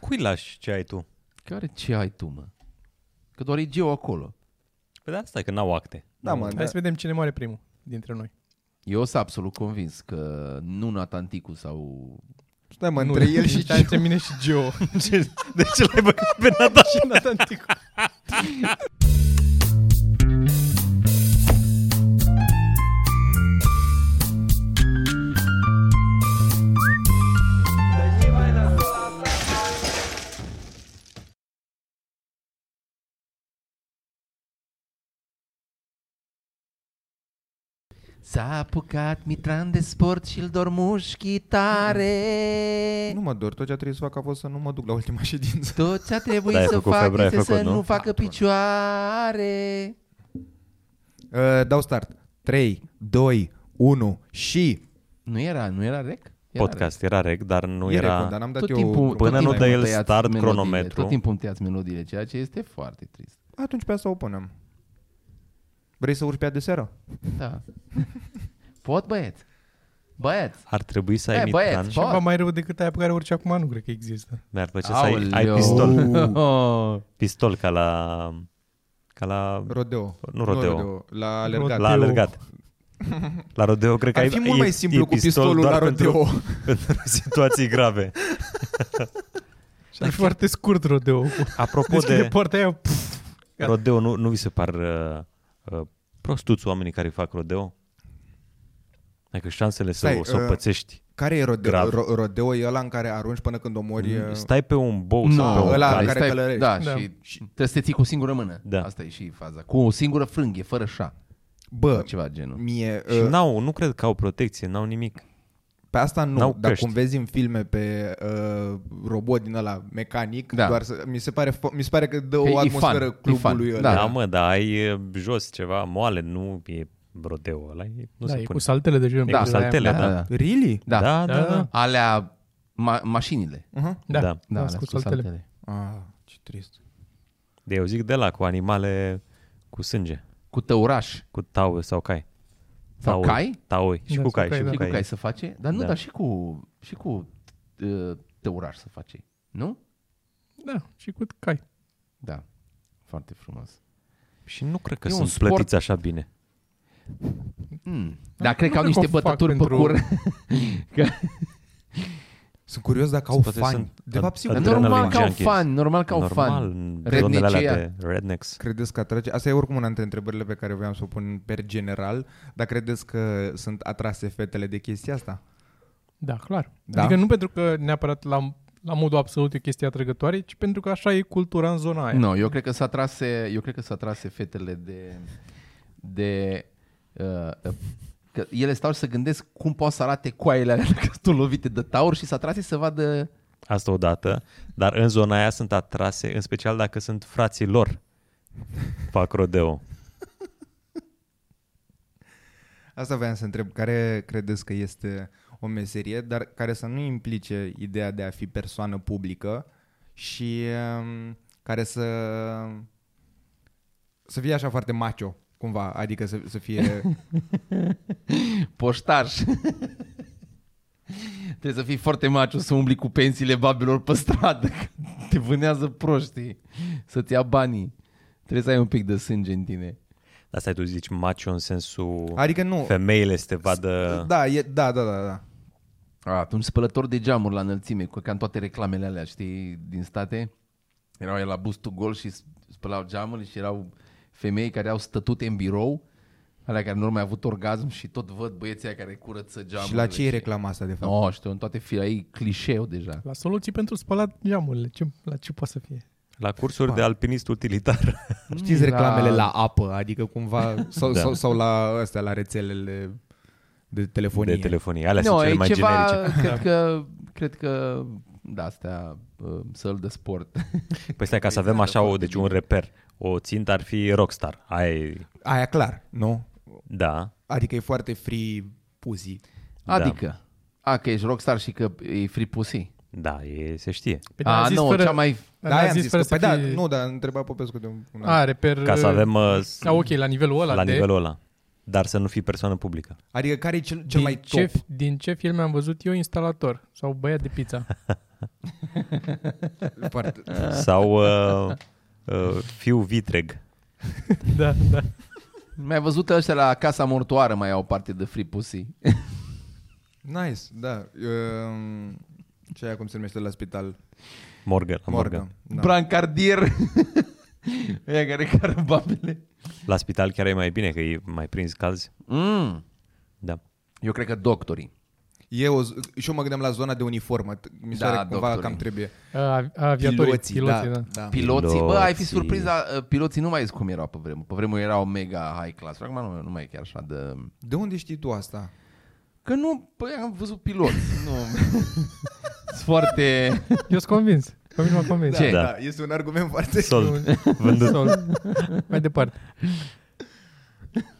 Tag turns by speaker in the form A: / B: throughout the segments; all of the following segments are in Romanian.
A: cui lași ce ai tu?
B: Care ce ai tu, mă? Că doar e Geo acolo.
A: Păi de asta e că n-au acte.
C: Da, mă, da.
D: Hai să vedem cine moare primul dintre noi.
B: Eu sunt absolut convins că nu Nathan Ticu sau...
C: Stai, Da, mă, între el și
D: Gio. Între mine și Gio.
A: Ce, de ce l-ai băgat pe Nata?
D: și Nathan Ticu.
B: S-a apucat Mitran de sport și-l dor mușchii tare.
C: Nu mă dor, tot ce a trebuit să fac a fost să nu mă duc la ultima ședință.
B: Tot ce a trebuit
A: Da, ai
B: să
A: făcut,
B: fac
A: Febra, ai
B: este
A: făcut,
B: să
A: nu?
B: nu, facă picioare.
C: Uh, dau start. 3, 2, 1 și...
B: Nu era, nu era rec? Era rec.
A: Podcast era reg, dar nu
C: E
A: era...
C: recund, dar n-am dat
B: Tot
C: eu...
B: timpul,
C: Până...
B: tot
A: nu
B: timpul
A: dă el
B: îmi tăiați
A: start
B: melodiile,
A: cronometru.
B: Tot timpul îmi tăiați melodiile, ceea ce este foarte trist.
C: Atunci pe asta o punem. Vrei să urci pe ea de seară?
B: Da. Pot, băieți? Băieți?
A: Ar trebui să ai
B: Hai, băieți,
A: mitran.
B: po-
D: Ceva mai rău decât aia pe care urci acum nu cred că există.
A: Mi-ar plăcea să ai, ai pistol.
B: Oh.
A: Pistol ca la... Ca la...
C: Rodeo.
A: Nu rodeo.
C: La alergat.
A: La
D: Rodeo.
A: alergat. La rodeo cred că
C: Ar
A: ai-
C: fi mult
A: e-
C: mai simplu
A: e
C: cu pistolul
A: doar
C: la
A: pentru-
C: rodeo.
A: Pentru situații grave.
D: Și ar fi foarte scurt rodeo.
A: Apropo
D: Deci de
A: de
D: poarta aia, pf, Gata.
A: rodeo, nu, nu vi se par uh, uh, prostuți oamenii care fac rodeo? Adică șansele să,
C: Stai,
A: o- să o
C: uh,
A: pățești.
C: Care e rodeo?
A: Grav. Mm,
C: Ro- rodeo e ăla în care arunci până când omori... uh,
A: Stai pe un bou
B: Nu,
A: sau pe un
C: ăla
A: cal.
C: care
B: stai-
C: călărești.
B: Da,
D: Da.
B: și trebuie să te ții cu o singură mână.
A: Da.
B: Asta e și faza. Cu o singură frânghie, fără șa.
C: Bă,
B: Sau ceva genul.
C: mie...
A: Și
C: uh,
A: n-au, nu cred că au protecție, n-au nimic.
C: Pe asta nu,
A: N-au
C: dar
A: căști.
C: cum vezi în filme pe uh, robot din ăla mecanic,
B: Da.
C: da. doar să, mi, se pare, fo- mi se pare că dă
A: Păi
B: Că e
C: o
B: fun,
C: atmosferă
B: e
C: clubului
B: fun,
A: Da,
C: ăla.
A: da mă, dar ai uh, jos ceva moale, nu e rodeo ăla, e, nu se
D: da, e
A: pune.
D: cu saltele de genul.
A: E cu
D: de la aia.
A: saltele, da.
B: da.
C: Really?
B: da.
A: Da, da, da.
B: Alea, ma- mașinile.
C: Uh-huh.
A: Da.
D: Da, da,
B: Da,
D: da,
B: alea
D: cu saltele.
C: Ah, ce trist.
A: De eu zic de la cu animale cu sânge,
B: Cu tăuraș.
A: cu tau sau cai.
B: Sau
A: Tauri.
B: cai?
A: Taoi și
D: Da,
A: cu
D: sau
A: cai,
D: cai,
A: și
D: da.
A: cu
B: Și cu
A: cai.
B: cai să face. Dar nu,
A: Da.
B: dar și cu, și cu uh, tăuraș să face. Nu?
D: Da, și cu cai.
B: Da. Foarte frumos.
A: Și nu cred că
B: E un
A: sunt
B: sport.
A: plătiți așa bine.
B: Mm.
D: Da,
B: Dar
D: nu
B: cred că au
D: cred că
B: niște
D: o fac
B: bătături pe
D: pentru-
B: cur.
C: Sunt curios dacă au
A: Se poate
C: fani.
A: sunt
C: De
A: ad-
C: fapt, sigur.
B: Dar
A: ad-
C: că-
B: normal
A: Adrenaline
B: că au
A: junkies.
B: fan, normal că au
A: Normal,
B: fan.
A: în
B: Rednecia.
A: zonele alea de rednecks.
C: Credeți că atrage? Asta e oricum una dintre întrebările pe care voiam să o pun per general, dar credeți că sunt atrase fetele de chestia asta?
D: Da, clar.
C: Da?
D: Adică nu pentru că neapărat la, la modul absolut e o chestie atrăgătoare, ci pentru că așa e cultura în zona aia.
B: Nu, eu cred că s-a trase, eu cred că s-a trase fetele de de uh, uh, că ele stau și să gândesc cum poate să arate coaiele alea dacă sunt lovite de taur și s-a trase să vadă
A: Asta odată, dar în zona aia sunt atrase, în special dacă sunt frații lor. Fac rodeo.
C: Asta voiam să întreb. Care credeți că este o meserie, dar care să nu implice ideea de a fi persoană publică și um, care să să fie așa foarte macho, cumva, adică să, să fie...
B: poștaș. Trebuie să fii foarte maciu să umbli cu pensiile babelor pe stradă, că te vânează proștii, să-ți ia banii. Trebuie să ai un pic de sânge în tine.
A: Dar stai, tu zici macho în sensul
C: Adică nu...
A: femeile să te vadă...
C: Da, e, da, da, da, da.
B: A, atunci spălător de geamuri la înălțime, cu- ca în toate reclamele alea, știi, din state. Erau ei la bus to gol și s- spălau geamurile și erau femei care au stătute în birou, alea care nu au mai avut orgasm și tot văd băieții aia care curăță geamurile.
C: Și la ce e reclama asta, de fapt?
B: Nu, știu, în toate fire, e clișeu deja.
D: La soluții pentru spălat geamurile, ce, la ce poate să fie?
A: La cursuri de alpinist utilitar.
C: Știți
B: Era-
C: reclamele la apă, adică cumva, sau,
A: Da.
C: da. sau, sau la astea, la rețelele de telefonie.
A: De telefonie. Alea
B: Nu,
A: sunt cele
B: e
A: mai
B: ceva,
A: generice.
B: cred că, cred că, da, astea, uh, săl de sport.
A: Păi stai, ca să avem așa o, deci un reper. O țintă ar fi rockstar. Ai,
C: Aia clar, nu?
A: da,
C: Adică e foarte free pussy.
A: Da.
B: Adică, a, că ești rockstar și că e free pussy.
A: da, e, se știe.
D: Păi
B: A,
D: ne-a zis
B: nu,
D: fără-
B: cea mai...
C: Da,
D: ne-a
C: da am zis, că,
D: să
C: păi da,
D: fie-
C: nu, dar întreba Popescu de un... un
D: A, reper...
A: Ca să avem uh, s-
D: Da, ok, la nivelul Ă, ăla
A: la
D: de...
A: nivelul ăla. Dar să nu fii persoană publică.
C: Adică care e cel, cel
D: din
C: mai
D: ce,
C: top?
D: Din ce filme am văzut eu, instalator sau băiat de pizza.
C: departe.
A: Sau uh, uh, fiu vitreg.
D: Da, da.
B: Mi-ai văzut ăștia la Casa Mortoară mai au parte de free pussy.
C: Nice, da. Um, ce aia cum se numește la spital?
A: Morgan. la
C: Morgan. Da.
B: Brancardier. Ăia care cară babele.
A: La spital chiar e mai bine că e mai prins calzi.
B: Mm.
A: Da.
B: Eu cred că doctorii.
C: Eu, și eu mă gândeam la zona de uniformă. T- Mi se
B: Da,
C: pare că cumva
B: doctorii.
C: cam trebuie.
D: A- Aviatorii, piloții, piloții da. da.
C: da.
B: Piloții, bă, ai fi
A: Piloții.
B: surprins, dar uh, piloții nu mai sunt cum erau pe vremuri. Pe vremuri erau mega high class. Acum nu, nu mai e chiar așa de...
C: De unde știi tu asta?
B: Că nu, bă, am văzut piloți. nu. Sunt foarte...
D: Eu sunt convins. Pe mine mă convins.
B: Ce?
A: Da.
C: da. Este un argument foarte...
A: Sold. Vândut
D: Sol. Mai departe.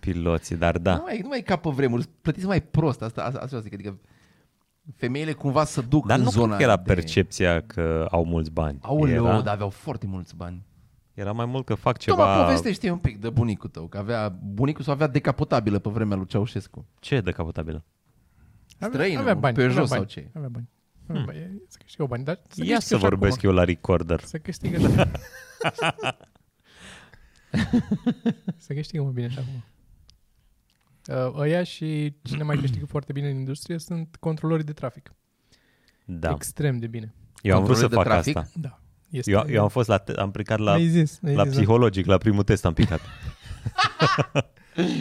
A: piloții, dar
B: Da. Nu,
A: da.
B: mai, nu mai e ca pe vremuri. Plătiți mai prost. Asta, asta, asta vreau să zic. Adică femeile cumva să duc
A: Dar
B: în
A: nu
B: zona
A: cred că era
B: de...
A: percepția că au mulți bani.
B: Aoleu, da.
A: era,
B: dar aveau foarte mulți bani.
A: era mai mult că fac
B: Ceva... Toma,
A: ceva...
B: povestește un pic de bunicul tău, că avea, bunicul sau avea decapotabilă pe vremea lui Ceaușescu.
A: Ce de capotabilă?
B: Străinul,
D: avea bani,
B: pe
D: avea
B: jos
D: bani,
B: sau ce?
D: Avea bani. Avea bani. E- Să câștigă bani, dar să
A: Ia să vorbesc
D: acum.
A: eu la recorder.
D: Să câștigă, da. să câștigă mă bine și acum. Uh, Ăia și cine mai câștigă foarte bine în industrie sunt controlorii de trafic.
A: Da.
D: Extrem de bine.
A: Eu am vrut să
B: Controlul
A: fac
B: de trafic?
A: asta.
D: Da. Este
A: Eu, eu am fost la... te- am plecat la,
D: Mi-ai zis, mi-ai
A: la
D: zis, da.
A: psihologic, la primul test am picat.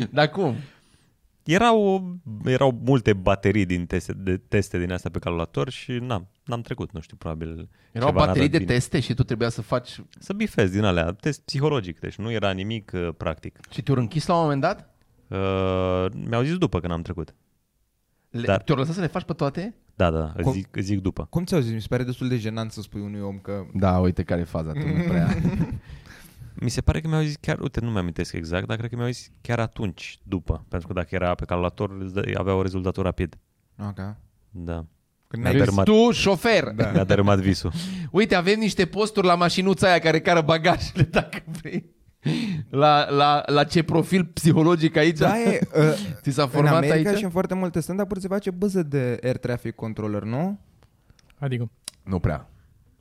B: Dar cum?
A: Erau, erau multe baterii din teste, de teste din astea pe calculator și n-am, n-am trecut, nu știu, probabil.
B: Erau
A: ceva n-a
B: baterii
A: dat
B: de
A: bine.
B: teste și tu trebuia să faci...
A: Să bifez din alea, test psihologic, deci nu era nimic uh, practic.
B: Și te-au închis la un moment dat?
A: Uh, mi-au zis după că n-am trecut.
B: Le...
A: Dar-
B: Te-au lăsat să le faci pe toate?
A: Da, da, da, îți
C: Cum-
A: zic, îți zic după.
C: Cum ți-au zis? Mi se pare destul de jenant să spui unui om că...
B: Da, uite care e faza, tu nu prea...
A: Mi se pare că mi-au zis chiar, uite, nu mi-am amintesc exact, dar cred că mi-au zis chiar atunci, după. Pentru că dacă era pe calculator, îți dă- avea un rezultatul rapid.
C: Ok.
A: Da.
C: Când
A: Mi-a
C: n-ai-
A: dărâmat,
B: Tu, șofer! Da.
A: mi-a dărâmat visul.
B: Uite, avem niște posturi la mașinuța aia care cară bagajele, dacă vrei. La, la, la ce profil psihologic aici?
C: Da, e, uh,
B: Ți s-a
C: în
B: format
C: America
B: aici?
C: și în foarte multe stand-up-uri se face băză de air traffic controller, nu?
A: Mm.
D: Adică,
B: Nu prea.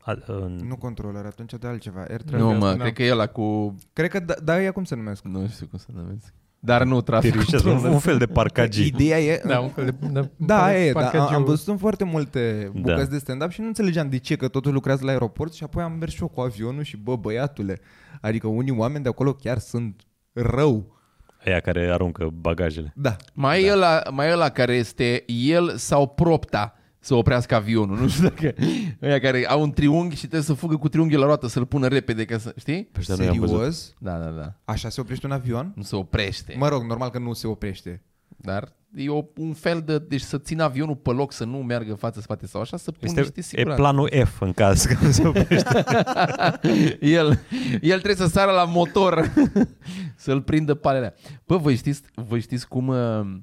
A: A, în,
C: Nu controller, atunci de altceva. Air traffic.
B: Nu, mă,
D: da.
B: cred că e ăla cu...
C: Cred că da, da, ea cum se numesc?
B: Nu știu cum să numesc. Dar nu,
A: te
B: trafic
A: ridicează, un, un fel de parcagii.
C: Ideea e...
D: da, un fel de... Da,
C: Da,
D: parcă-
C: e, da,
D: parcă
C: am, am
D: Giu-
C: văzut în foarte multe
A: Da.
C: bucăți de stand-up și nu înțelegeam de ce, că totul lucrează la aeroport și apoi am mers și eu cu avionul și bă, băiatule, adică unii oameni de acolo chiar sunt rău.
A: Aia care aruncă bagajele.
C: Da.
B: Mai, da. e ăla, mai e ăla care este el sau propta să oprească avionul. Nu știu dacă... Ăia care au un triunghi și trebuie să fugă cu triunghiul la roată, să-l pună repede, ca să... Știi?
A: Pe ăștia nu i-am văzut.
C: Serios?
B: Da, da, da.
C: Așa se oprește un avion?
B: Nu se
A: Da.
B: oprește.
C: Mă rog, normal că nu se oprește.
B: Dar e o, un fel de... Deci să țin avionul pe loc, să nu meargă față-spate sau așa, să pun este, niște
A: Este, e
B: siguranță.
A: planul F în caz că nu se oprește.
B: El, el trebuie să sară la motor Să-l prindă palelea Bă, voi știți, voi știți cum uh,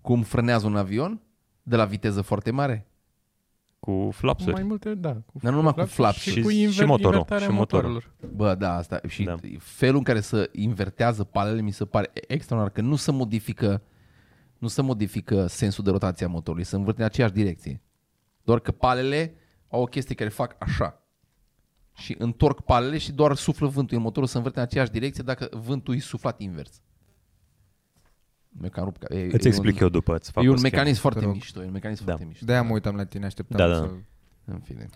B: Cum frânează un avion? De la viteză foarte mare?
A: Cu
D: Cu mai
A: flapsuri.
D: multe, da. Cu
B: Dar nu numai cu flaps
A: și-
D: și, cu
A: și
D: inver-
A: motorul,
D: invertarea
A: și motorul.
D: motorilor.
B: Bă, da, asta Și
A: Da.
B: da. felul în care se invertează palele Mi se pare extraordinar Că nu se modifică Nu se modifică sensul de rotație a motorului Se învârte în aceeași direcție Doar că palele au o chestie care fac așa și întorc palele și doar suflă vântul. Iar Motorul se învârte în aceeași direcție dacă vântul e suflat invers. Mi-a cam rupt ca... e,
A: Îți
B: e
A: explic
B: un,
A: eu după, îți fac
B: E
A: o
B: un
A: schemă.
B: mecanism foarte
C: Te rog.
B: mișto, e un mecanism
A: Da.
B: foarte mișto.
C: De-aia mă uitam la tine, așteptam
A: Da, da.
C: să...
B: În fine.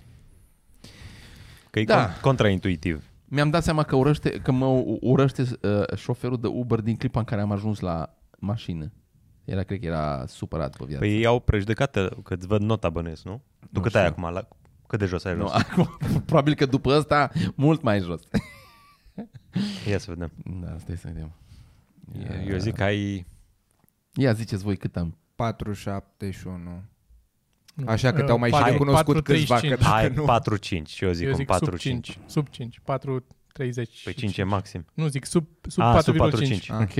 A: Că e
B: Da.
A: con- contraintuitiv.
B: Mi-am dat seama că, urăște, că mă u- urăște uh, șoferul de Uber din clipa în care am ajuns la mașină. Era, cred că era supărat pe viață.
A: Păi ei au prejudecată că îți văd nota bănuiesc, nu? Tu cât
B: Da. știu.
A: ai acum? La, cât de jos ai
B: nu,
A: ajuns?
B: acum, probabil că după ăsta, mult mai jos.
A: Ia să vedem.
B: Da, stai să vedem.
A: Eu zic că ai...
B: Ia ziceți voi cât am.
C: 471.
D: Nu.
C: Așa că te-au mai
D: Patru-
C: și recunoscut
D: 4,
C: câțiva, că
D: 35.
C: dacă
A: Hai,
C: nu...
A: 4-5 și eu zic
D: Eu
A: un
D: zic
A: 4-5.
D: sub 5. Sub 5. 4, 30.
A: Păi 5 e maxim.
D: Nu, zic sub, sub
A: Ah, sub
D: 4,5.
A: 4-5.
C: Ah.
B: Ok.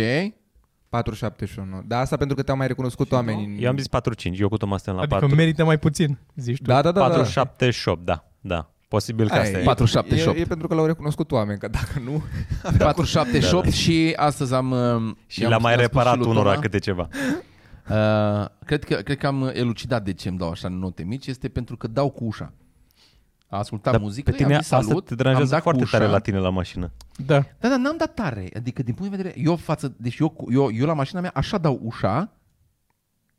C: 471. Da, asta pentru că te-au mai recunoscut oamenii.
A: Eu am zis 4-5, eu cu Toma stăm la
D: Adică
A: 4.
D: merită mai puțin, zici tu.
C: Da, da, da.
A: 4,
C: da.
A: 7, 8, da. Da. Posibil că
C: Aia
A: asta
C: e.
A: e.
B: 478.
C: E, e pentru că l-au recunoscut oameni, că dacă nu...
B: 478 și astăzi am... uh,
A: Da, Și
B: i-am-
A: l-a mai
B: i-am spus
A: reparat
B: lui
A: unora
B: Toma.
A: câte ceva.
B: Uh, cred, că, cred că am elucidat de ce îmi dau așa note mici. Este pentru că dau cu ușa. a ascultat
A: Dar
B: muzică,
A: Da, pe tine
B: i-am zis
A: asta
B: salut,
A: te
B: am
A: deranjează
B: dat cu
A: foarte tare
B: ușa.
A: la tine la mașină.
D: Da.
B: Da, dar n-am dat tare. Adică, din punct de vedere, eu față, deci eu, cu- eu, eu la mașina mea așa dau ușa,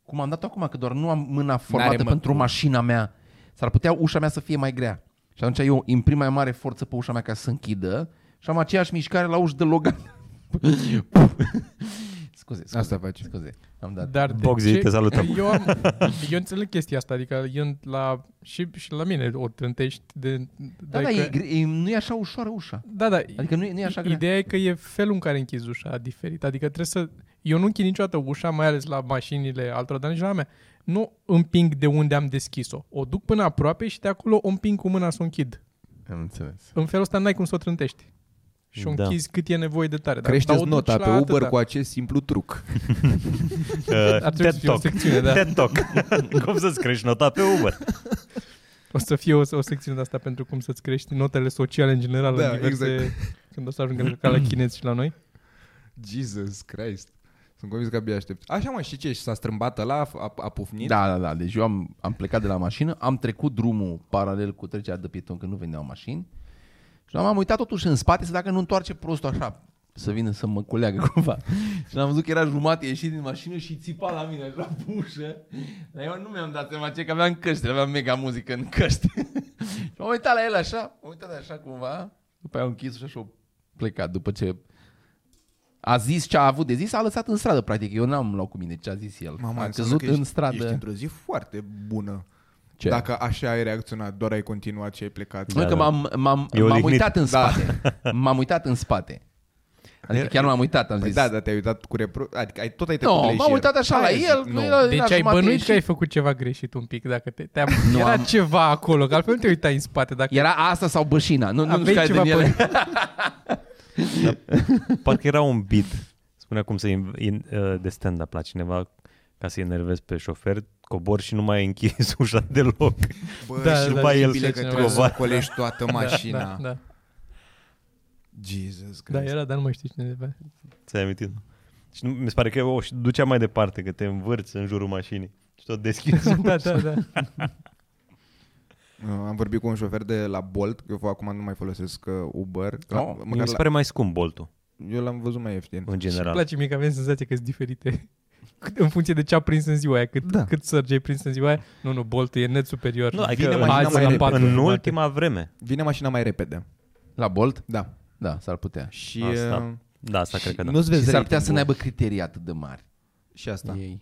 B: cum am dat acum, că doar nu am mâna formată
C: mă,
B: pentru
C: cum.
B: mașina mea. S-ar putea ușa mea să fie mai grea. Și atunci eu imprim mai mare forță pe ușa mea ca să închidă și am aceeași mișcare la uși de Logan. scuze, scuze.
C: Asta faci.
B: Scuze, am dat.
D: Dar de
A: Boxy,
D: ce-
A: te salutăm.
D: Eu, am, eu înțeleg chestia asta, adică eu la, și, și la mine o trântești de...
B: Da, da, e, gre- e, nu e așa ușoară ușa.
D: da, da,
B: Adică nu e, nu e așa grea.
D: Ideea e că e felul în care închizi ușa diferit. Adică trebuie să... Eu nu închid niciodată ușa, mai ales la mașinile altora, dar nici la a mea. Nu împing de unde am deschis-o. O duc până aproape și de acolo o împing cu mâna să o închid.
B: Am înțeles.
D: În felul ăsta n-ai cum să o trântești. Și o
A: Da.
D: închizi cât e nevoie de tare. Dar- dar o
C: Creșteți
D: duci
C: nota
D: la
C: pe Uber
D: atâta.
C: cu acest simplu truc.
A: Uh,
D: trebui să
A: TED
D: fie o
A: Talk.
D: secțiune, da.
A: TED Talk. Cum să-ți crești nota pe Uber?
D: O să fie o, o secțiune de asta pentru cum să-ți crești notele sociale în general.
C: Da,
D: în diverse, exact. Când o să ajungă ca la chinezi și la noi.
C: Jesus Christ. Sunt convins că abia aștept. Așa mă, și ce? Și s-a strâmbat ăla, a, a pufnit?
B: Da, da, da. Deci eu am, am plecat de la mașină, am trecut drumul paralel cu trecerea de pieton, că nu veneau mașini. Și am uitat totuși în spate să dacă nu întoarce prostul așa, să vină să mă culeagă cumva. și am văzut că era jumate ieșit din mașină și țipa la mine la pușă. Dar eu nu mi-am dat seama ce, că aveam căști, aveam mega muzică în căști. și m-am uitat la el așa, m-am uitat așa cumva, după aia am închis ușa și o plecat după ce a zis ce a avut de zis, a lăsat în stradă, practic. Eu n-am luat cu mine ce a zis el.
C: Mama,
B: a
C: înseamnă
B: căzut
C: că
B: în
C: ești,
B: stradă.
C: Ești într-o zi foarte bună.
B: Ce?
C: Dacă așa ai reacționat, doar ai continuat și ai plecat.
B: Nu,
A: Da,
B: că
A: da.
B: m-am, m-am,
A: E
B: m-am
A: odihnit.
B: uitat în
C: Da.
B: spate. M-am uitat în spate. Adică chiar m-am uitat, am
C: Păi
B: zis.
C: da, dar te-ai uitat cu repro... Adică ai, tot ai
B: Nu,
C: tăcut
B: m-am uitat așa la el.
C: Nu,
B: că era- era
D: Deci ai
B: jumate
D: bănuit
B: și-
D: că ai făcut ceva greșit un pic dacă te, te-am...
B: Nu
D: Era
B: am-
D: ceva acolo, că altfel nu te uitai în spate dacă
B: Era asta sau bășina. Nu, nu, nu știu care
D: aveai ceva
B: din ele.
D: pe...
A: Parcă era un beat. Spunea cum să in, in, uh, de stand-up la cineva ca să-i enervezi pe șofer, cobor și nu mai închizi ușa deloc.
C: Bă,
D: Da,
C: și
D: da,
C: după
A: da,
C: el
A: și
C: că
D: cineva-
C: trebuie
A: da.
C: să colești toată mașina.
D: Da, da,
C: Jesus
D: da,
C: Christ.
D: era, dar nu mai știi cine de pe-
A: Ți-ai amintit? Și nu, mi se pare că o și ducea mai departe, că te învârți în jurul mașinii și tot deschizi.
D: Da, da, da.
C: Uh, Am vorbit cu un șofer de la Bolt, că eu acum nu mai folosesc uh, Uber. La,
B: Oh,
A: Mi
C: măcar
A: se
C: la,
A: pare mai scump boltul,
C: eu l-am văzut mai ieftin.
A: în
D: Și îmi
A: general.
D: place mie că avem senzația că sunt diferite. Cât- În funcție de ce a prins în ziua aia, cât,
C: Da.
D: da. cât surge ai prins în ziua aia, nu, nu, Bolt e net superior.
A: Nu,
C: Vine
A: adică în,
C: mașina
A: azi,
C: mai
A: în,
C: repede.
D: da.
A: în ultima vreme.
C: Vine mașina mai repede.
B: La Bolt?
C: Da.
B: Da, s-ar putea.
C: Și
A: Asta,
C: uh,
A: Da, asta cred că da.
C: nu-ți
B: Și
C: vezi
B: s-ar putea să
C: ratingul.
B: nu aibă criterii atât de mari.
C: Și asta.
B: Ei.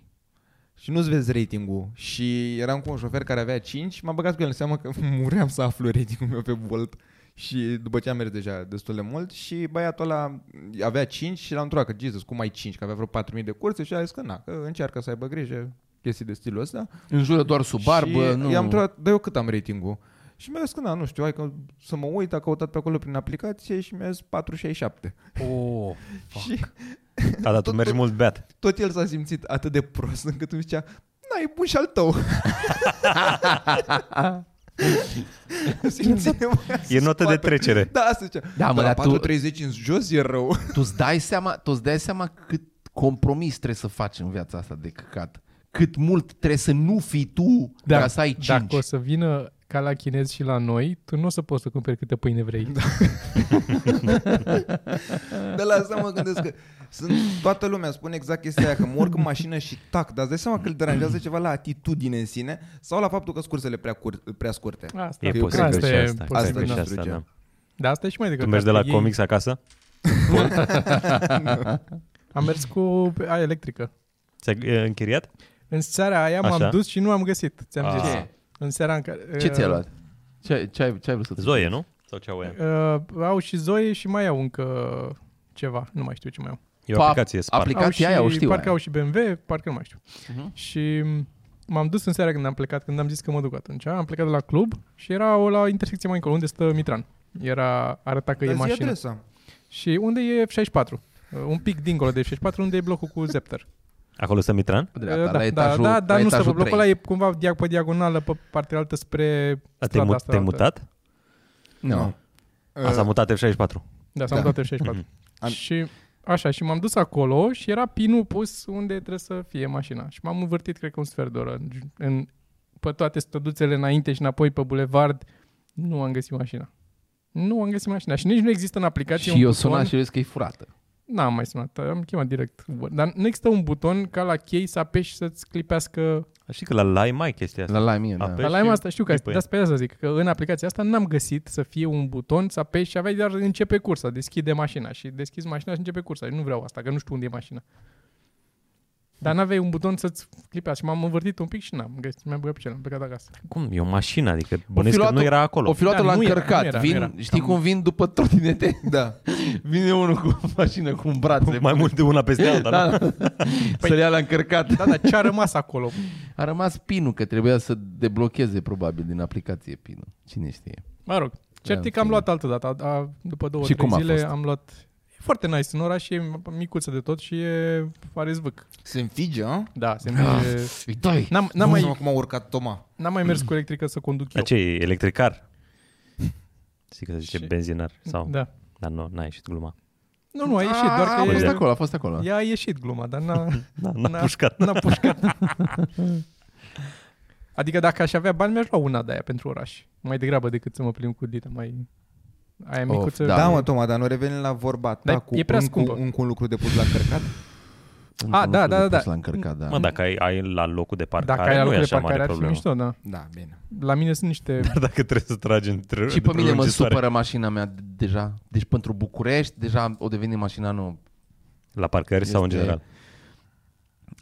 C: Și nu-ți vezi ratingul. Și eram cu un șofer care avea 5 și m-a băgat cu el în seamă că muream să aflu ratingul meu pe Bolt. Și după ce am mers deja destul de mult și băiatul ăla avea 5 și l-am întrebat că Jesus, cum ai 5? Că avea vreo 4.000 de curse și a zis că na, că încearcă să aibă grijă chestii de stilul ăsta.
B: În jură doar sub barbă.
C: și
B: nu.
C: i-am întrebat, dar eu cât am ratingul? Și mi-a zis că na, nu știu, hai că să mă uit, a căutat pe acolo prin aplicație și mi-a zis 467.
B: Oh.
C: Și
A: A, dar tu mergi mult beat.
C: tot el s-a simțit atât de prost încât îmi zicea, na, e bun și al tău. Simține, mă,
A: E notă de
C: spate.
A: trecere.
C: Da, asta zicea.
B: Da, mă,
C: de la
B: dar tu-
C: 4.30 în jos e rău.
B: Tu-ți dai seama, tu-ți dai seama cât compromis trebuie să faci în viața asta de căcat. Cât mult trebuie să nu fii tu da, ca să ai cinci.
D: Dacă o să vină ca la chinezi și la noi, tu nu o să poți să cumperi câte pâine vrei. Da.
C: De la asta mă gândesc că sunt, toată lumea spune exact chestia aia, că mă urc în mașină și tac, dar îți dai seama că îl deranjează ceva la atitudine în sine sau la faptul că sunt cursele prea, cur- prea scurte.
D: Asta,
A: E
C: eu
A: posibil
C: cred
A: și
C: că
A: asta.
C: posibil.
A: cred că și
C: Asta
A: asta,
C: nu știu ce.
A: da.
D: Da, asta e și mai de
A: Tu
D: căcat,
A: mergi de la
D: că ei-
A: comics acasă?
D: Am mers cu aia electrică.
A: Ți-ai e, închiriat?
D: În seara aia
A: Așa.
D: m-am dus și nu am găsit, ți-am
A: Ah.
D: zis.
A: Ce?
D: În seara în care...
B: Ce ți-ai luat? Ce, ce, ai, ce ai vrut să
A: Zoe, nu? Sau ce au ea?
D: Uh, au și Zoe și mai au încă ceva, nu mai știu ce mai au.
A: E o
B: Pa-
A: aplicație spartă.
B: aplic- Aplicația aia o știu,
D: Parcă
B: aia.
D: au și BMW, parcă nu mai știu.
B: Mhm.
D: Uh-huh. Și m-am dus în seara când am plecat, când am zis că mă duc atunci. Am plecat de la club și era o la intersecție mai încolo, unde stă Mitran. Era, arăta că
C: Dar
D: e
C: zi
D: mașină.
C: adresa.
D: Și unde e F64? Uh, Un pic dincolo de F64, unde e blocul cu Zepter.
A: Acolo stă Mitran?
B: Pe dreapta,
D: Uh,
B: la etajul,
D: da, da,
B: la
D: dar nu stă pe
B: etajul
D: blocul
B: 3.
D: ăla, e cumva dia- pe diagonală, pe partea altă spre
A: A, Te-ai,
D: strada
A: mut,
D: asta
A: te-ai
D: altă.
A: mutat?
B: Nu.
C: Uh. Ă,
A: A, s-a mutat F64.
D: Da, s-a
C: Da.
D: mutat da. F64.
C: Am-
D: Și așa, și m-am dus acolo și era pinul pus unde trebuie să fie mașina. Și m-am învârtit, cred că un sfert de oră, în, în, pe toate stăduțele înainte și înapoi pe bulevard, Nu am găsit mașina. Nu am găsit mașina și nici nu există în aplicație
B: Și
D: un
B: eu
D: buton.
B: sunat și eu zis că e furată.
D: N-am mai sunat, am chemat direct. Uber. Dar nu există un buton ca la chei să apeși și să-ți clipească.
A: Știi că la Lime mai chestia asta.
B: La la mie, da.
A: Apel.
D: Dar la
A: și
D: asta știu că
A: clipuie.
D: despre asta zic, că în aplicația asta n-am găsit să fie un buton să apeși și aveai doar începe cursa, deschide mașina și deschizi mașina și începe cursa. Eu nu vreau asta, că nu știu unde e mașina. Dar n-aveai un buton să-ți clipească și m-am învârtit un pic și n-am găsit, mi-am băgat piciorul, am plecat acasă.
A: Cum? E o mașină, adică bănuiesc că
B: luat-o-
A: nu era acolo.
B: O fi luat-o
D: Da,
B: la
D: nu era,
B: încărcat.
D: nu era, nu
B: Vin,
D: era.
B: Știi cum vin după trotinete?
C: Da.
B: Vine unul cu o mașină, cu un braț. le
A: mai mult de una peste alta, da.
B: da, da. Să le ia la încărcat.
D: Da, dar ce a rămas acolo?
B: A rămas pinul, că trebuia să deblocheze probabil din aplicație pinul. Cine știe.
D: Mă rog, cert
B: Da,
D: e că am
B: bine.
D: luat altă dată, a, a, după două,
B: Și
D: trei
B: cum a
D: zile
B: fost?
D: am luat... E foarte nice în oraș, e micuță de tot și e are zvâc.
C: Se înfige, a?
D: Da, se merge...
B: Uitai!
D: N-am, n-am, mai,
C: Cum a urcat Toma.
D: n-am mai mers cu electrică să conduc eu.
A: Dar ce, e electricar? Știi că se zice
D: Și-
A: benzinar sau... Da.
D: Da.
A: Dar nu, n-a ieșit gluma.
D: Nu, nu, a ieșit, doar
B: a
D: că
B: fost
D: e,
B: Ah, acolo, a fost acolo.
D: ea a ieșit gluma, dar n-a,
A: Da, n-a,
D: n-a-
A: pușcat.
D: n-a pușcat. adică dacă aș avea bani, mi-aș lua una de aia pentru oraș. Mai degrabă decât să mă plimb cu Dita, mai... Aia
B: Of,
D: micuță.
B: Da,
C: Da, da
B: mă.
C: mă, Toma, dar nu revenim la vorba ta
D: Dar
C: cu,
D: e prea
C: un, cu,
D: scumpă.
C: un, cu un lucru de pus la încărcat.
D: A, da, da, da, da.
B: L-a încărcat, da.
A: Mă, dacă ai, ai la locul de parcare,
D: Dacă ai la
A: nu e
D: locul
A: așa
D: de parcare,
A: mare
D: ar fi
A: problemă.
D: mișto, da.
C: Da, bine.
D: La mine sunt niște...
A: Dar dacă trebuie să tragi într
B: Și pe mine mă supără mașina mea de- deja. Deci pentru București deja o devine mașina nu.
A: La parcări sau în
B: Este-
A: general?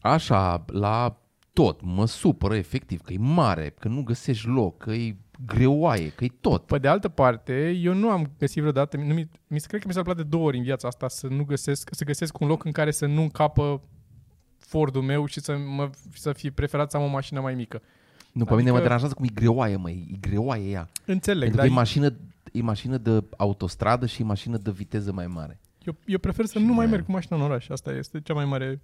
B: Așa, la tot, mă supără efectiv că e mare, că nu găsești loc, că e greoaie, că e tot.
D: Pe de altă parte, eu nu am găsit vreodată, nu, mi, mi se cred că mi s-a plăcut de două ori în viața asta să nu găsesc, să găsesc un loc în care să nu încapă Fordul meu și să, mă, să fi preferat să am o mașină mai mică.
B: Nu, pe mine mă
D: Adică-
B: deranjează cum e greoaie, mă, e greoaie ea.
D: Înțeleg,
B: Pentru că
D: dar
B: da, e mașină, e mașină de autostradă și e mașină de viteză mai mare.
D: eu, eu prefer să nu mai
B: da.
D: merg cu mașina în oraș. Asta este cea mai mare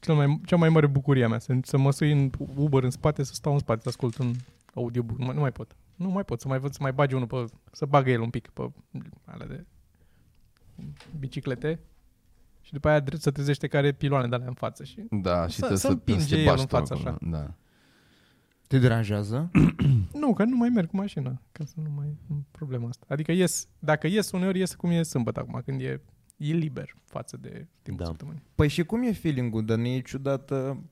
D: cea mai, cea mai mare bucurie a mea, să, să mă sui în Uber în spate, să stau în spate, să ascult un audiobook. Nu mai- Nu mai pot. Nu mai pot să mai văd, să mai bagi unul pe, să bagă el un pic pe alea de biciclete și după aia drept să trezește care piloane de alea în față și
B: Da, și
D: Să-
B: trebuie
D: să
B: să, trebuie
D: împinge
B: te
D: el
B: bași
D: în
B: tu
D: față,
B: acolo,
D: așa.
B: Da.
C: Te deranjează?
D: Nu, că nu mai merg cu mașina, ca să nu mai am problema asta. Adică ies, dacă ies uneori, ies cum e sâmbătă acum, când e, e liber față de timpul
A: Da.
D: da. săptămânii.
C: Păi și cum e feeling-ul? Dar nu e ciudată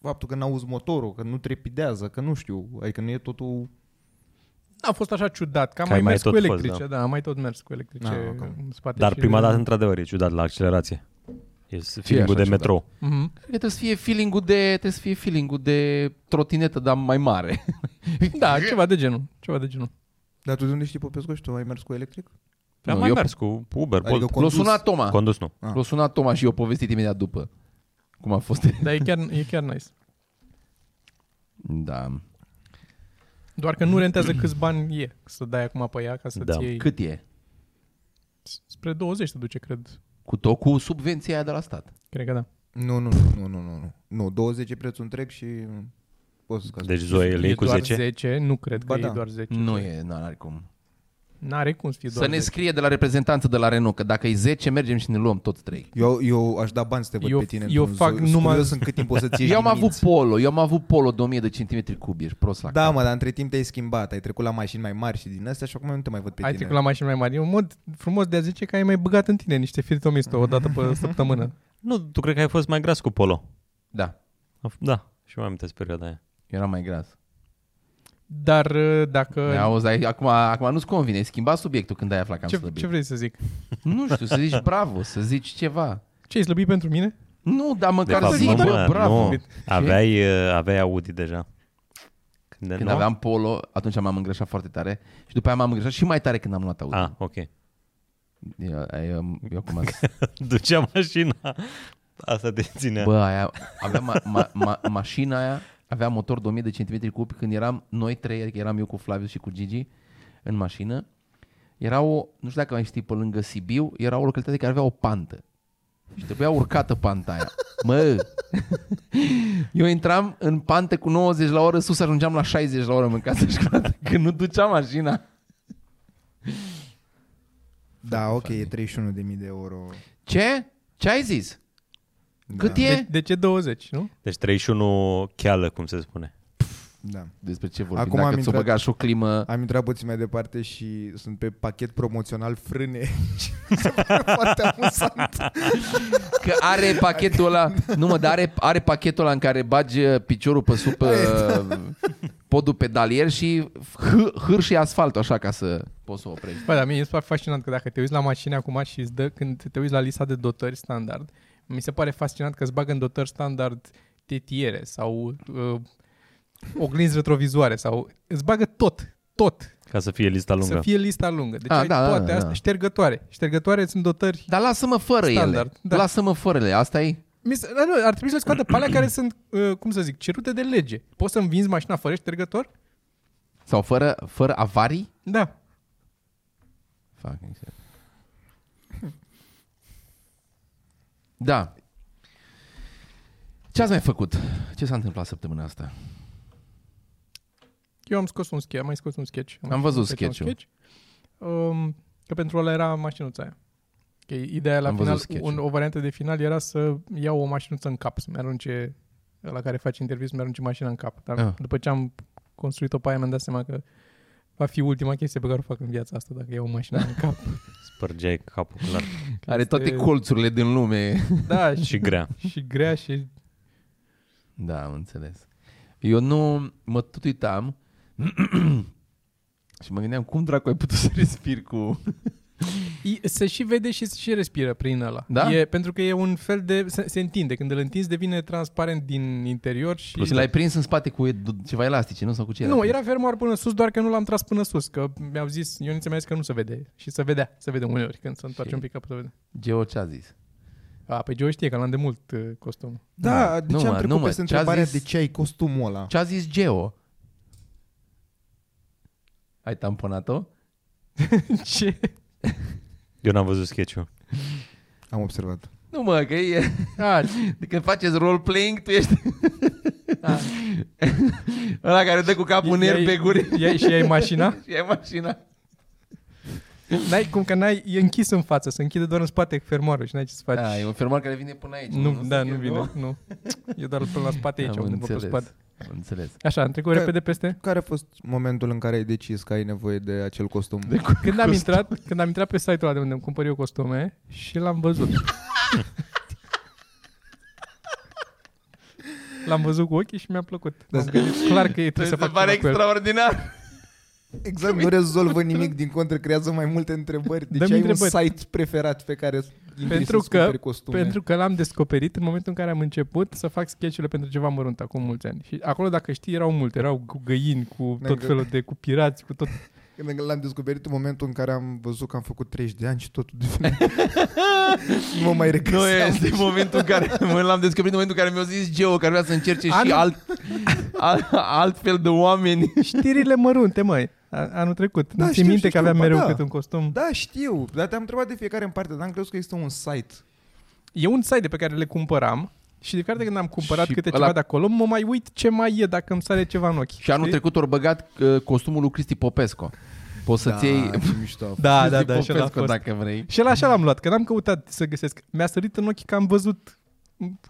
C: faptul că n-auzi motorul, că nu trepidează, că nu știu, adică nu e totul...
D: A fost așa ciudat, că am
A: Că ai
D: mai
A: mai
D: mers cu
A: tot fost,
D: electrice, da. da, am mai tot mers cu electrice
C: Ah,
D: ah,
C: ok.
D: în spate.
A: Dar
D: și-
A: prima dată, într-adevăr, e ciudat la accelerație. E feeling de
B: așa ciudat?
A: metrou.
D: Mhm.
B: Cred că trebuie să fie feeling-ul de, trebuie să fie feeling de trotinetă, dar mai mare.
D: Da, ceva de genul, ceva de genul.
C: Dar tu de unde știi, Popescu, și tu ai mers cu electric?
A: Păi Am
B: Nu,
A: mai
B: eu-
A: mers cu Uber,
C: Adică
A: Bolt.
B: L-a
C: condus?
B: sunat Toma.
A: Condus nu.
B: L-a sunat Toma și eu povestit imediat după. Cum a fost.
D: Dar e chiar, e chiar nice.
B: Da.
D: Doar că nu rentează câți bani e să dai acum pe ea ca să-ți
A: Da.
D: iei.
B: Cât e?
D: Spre 20 te duce, cred.
B: Cu tot cu subvenția aia de la stat.
D: Cred că da.
C: Nu, nu, nu, nu, nu, nu, nu. Nu, 20 e prețul întreg și poți să scazi.
A: Deci Zoe le iei cu
D: doar
A: 10.
D: 10? Nu cred
C: Ba
D: că
C: da.
D: e doar 10.
B: Nu e, nu are cum.
D: N-are cum să fie doar
B: Să ne
D: 10.
B: scrie de la reprezentanță de la Renault, că dacă e 10, mergem și ne luăm toți trei.
C: Eu, eu aș da bani să te văd
D: Eu-
C: pe tine.
D: eu
C: într-un
D: fac
C: zoo. Sunt
D: numai-
C: curios în cât timp o să-ți ieși
B: Eu am
C: din
B: avut
C: minți.
B: polo, eu am avut polo de 1000 de centimetri cubi, ești prost la
C: Da,
B: cap.
C: mă, dar între timp te-ai schimbat, ai trecut la mașini mai mari și din astea și acum nu te mai văd pe
D: Ai
C: tine.
D: trecut la mașini mai mari. E un mod frumos de a zice că ai mai băgat în tine niște firitomisto o dată pe săptămână.
A: Nu, tu cred că ai fost mai gras cu Polo.
B: Da,
A: A f- Da, și mai amintesc perioada aia.
B: eu eram mai gras.
D: Dar uh, dacă...
B: Auzi, ai- acum, acum nu-ți convine, ai schimbat subiectul când ai aflat că am
D: ce,
B: slăbit.
D: ce vrei să zic?
B: Nu știu, să zici bravo, să zici ceva.
D: Ce, ai slăbit pentru mine?
B: Nu, dar
A: De
B: măcar
A: fapt,
B: zi,
A: nu,
B: bă,
A: mă,
B: bravo.
A: nu. Aveai, uh, aveai Audi deja. Când,
B: Când
A: nu?
B: aveam polo, atunci m-am îngrășat foarte tare și după aia m-am îngrășat și mai tare când am luat auto.
A: Ah, ok.
B: Eu, eu, eu acum,
A: Ducea mașina. Asta te ținea.
B: bă, aia, aveam ma, ma, ma, mașina aia, avea motor de 1000 de centimetri cubi când eram noi trei, adică eram eu cu Flavius și cu Gigi în mașină. Era o, nu știu dacă mai știi, pe lângă Sibiu, era o localitate care avea o pantă. Și trebuia urcată panta aia. Mă, Eu intram în pantă cu 90 la oră sus, ajungeam la 60 la oră mâncată și curată, că nu ducea mașina.
C: Da, ok, e 31.000 de euro.
B: Ce? Ce ai zis? Cât
C: Da.
B: e?
D: Deci, De, de ce 20, nu?
A: Deci 31 cheală, cum se spune.
C: Da.
B: despre ce vorbim.
C: Acum
B: Acum Dacă
C: am
B: ți-o
C: intrat-
B: băga și o climă...
C: Am intrat puțin mai departe și sunt pe pachet promoțional frâne. Foarte amuzant.
B: Că are pachetul ăla... Nu mă, dar are, are pachetul ăla în care bagi uh, piciorul pe sub uh,
D: da.
B: podul pedalier și h- hâr și asfalt așa ca să poți să o oprești.
D: Bă, dar mie mi se pare fascinant că dacă te uiți la mașini acum și îți dă, când te uiți la lista de dotări standard, mi se pare fascinant că îți bagă în dotări standard tetiere sau uh, oglinzi retrovizoare sau îți bagă tot, tot,
A: Ca să fie lista lungă.
D: să fie lista lungă. Deci
B: Ah,
D: ai
B: da, da,
D: toate
B: da,
D: astea,
B: da.
D: ștergătoare. Ștergătoare sunt dotări
B: Dar lasă-mă fără
D: Standard,
B: ele.
D: da.
B: Lasă-mă fără ele. Asta e...
D: Mi se, da, nu, ar trebui să scoată pe alea care sunt, uh, cum să zic, cerute de lege. Poți să-mi vinzi mașina fără ștergător?
B: Sau fără, fără avarii? exact.
D: Da.
B: Fucking shit. Da. Ce ați mai făcut? Ce s-a întâmplat săptămâna asta?
D: Eu am scos un sketch, am mai scos un sketch.
B: Am
D: mai
B: văzut
D: scos un
B: sketch-ul.
D: Um, că pentru ăla era mașinuța aia. Că ideea la
B: Am
D: final,
B: văzut sketch-ul.
D: un, o variantă de final era să iau o mașinuță în cap, să-mi arunce, la care faci interviu, să-mi arunce mașina în cap. Dar
B: Ah.
D: ah. după ce am construit-o pe aia, mi-am dat seama că va fi ultima chestie pe care o fac în viața asta, dacă iau o mașină în cap.
A: Spărgeai capul clar.
D: Că
B: Are
D: este-
B: toate colțurile din lume.
D: Da, și,
A: și grea.
D: și grea și...
B: Da, am înțeles. Eu nu mă tot uitam și mă gândeam cum dracu ai putut să respiri cu...
D: I- Se și vede și se și respiră prin ăla.
B: Da?
D: E, pentru că e un fel de... Se, se întinde. Când îl întinzi, devine transparent din interior și...
B: Și l-ai prins în spate cu edu- ceva elastice, nu? Sau cu ce
D: nu, era fermoar până sus, doar că nu l-am tras până sus, că mi-au zis, Ioniță mi-a zis că nu se vede și se vedea, se vede uneori când se întoarce
B: Și-
D: un pic capul, se vede.
B: Geo ce a zis?
D: A, pe Geo știe că l-am de mult uh, costumul.
B: Da.
C: Da, de
B: Nu,
C: ce
B: mă,
C: am
B: nu,
C: trecut
B: mă,
C: peste
B: ce-a
C: întrebarea
B: zis-
C: de ce ai costumul ăla?
B: Ce a zis Geo? Ai tamponat-o?
D: Ce?
A: Eu n-am văzut sketch-ul.
C: Am observat.
B: Nu mă, că e... A, de când faceți role-playing, tu ești...
D: Da.
B: Ăla care dă cu capul în aer
D: Ia-i-
B: pe gură
D: ia-i și ai mașina?
B: și ai mașina.
D: N-ai, cum că n-ai, e închis în față, se închide doar în spate fermoarul și n-ai ce să faci.
B: Da, e un fermoar care vine până aici.
D: nu, da, nu vine,
B: Am
D: nu. E doar până la spate aici, undeva pe
B: înțeles.
D: spate.
B: Am înțeles.
D: Așa, am trecut
C: Da.
D: repede peste.
C: Care a fost momentul în care ai decis că ai nevoie de acel costum? De
D: Când am, intrat, când am intrat pe site-ul ăla de unde îmi cumpăr eu costume și l-am văzut. l-am văzut cu ochii și mi-a plăcut.
C: Da,
D: M-am gândit clar că e, trebuie să
B: Se
D: fac
B: pare
D: ceva cu el.
B: extraordinar.
C: Exact, nu rezolvă nimic, din contră creează mai multe întrebări. De
D: Dă-mi
C: ce ai
D: întrebări.
C: un site preferat pe care intri
D: Pentru
C: să-ți
D: că-
C: cumperi costume?
D: Pentru că l-am descoperit în momentul în care am început să fac sketch-urile pentru ceva mărunt acum mulți ani. Și acolo, dacă știi, erau multe. Erau cu găini, cu tot
C: gă-
D: felul de, cu pirați, cu tot.
C: Când l-am descoperit în momentul în care am văzut că am făcut 30 de ani și totul devine... nu mă mai regăseam.
B: Nu este momentul în care mă l-am descoperit în momentul în care mi-a zis Geo că vrea să încerce și
D: Anul-
B: alt, al, alt fel de oameni.
D: Știrile mărunte, măi. A- Anul trecut.
C: Da,
D: Da, ți
C: știu,
D: minte
C: știu,
D: că aveam
C: știu, ba
D: mereu
C: da.
D: câte un costum?
C: Da, știu, dar te-am întrebat de fiecare în parte, dar am crezut că există un site.
D: E un site de pe care le cumpăram și de fiecare dată când am cumpărat
B: Și
D: câte
B: ăla-
D: ceva de acolo, mă mai uit ce mai e dacă îmi sare ceva în ochi.
B: Și anul trecut ori băgat uh, costumul lui Cristi Popesco. Poți să-ți iei
C: ce mișto. a fost.
D: Da, da,
B: Da, Cristi
D: da, și ăla a
B: Popesco
D: fost.
B: dacă vrei.
D: Și ăla așa l-am luat, că n-am căutat să găsesc. Mi-a sărit în ochi că am văzut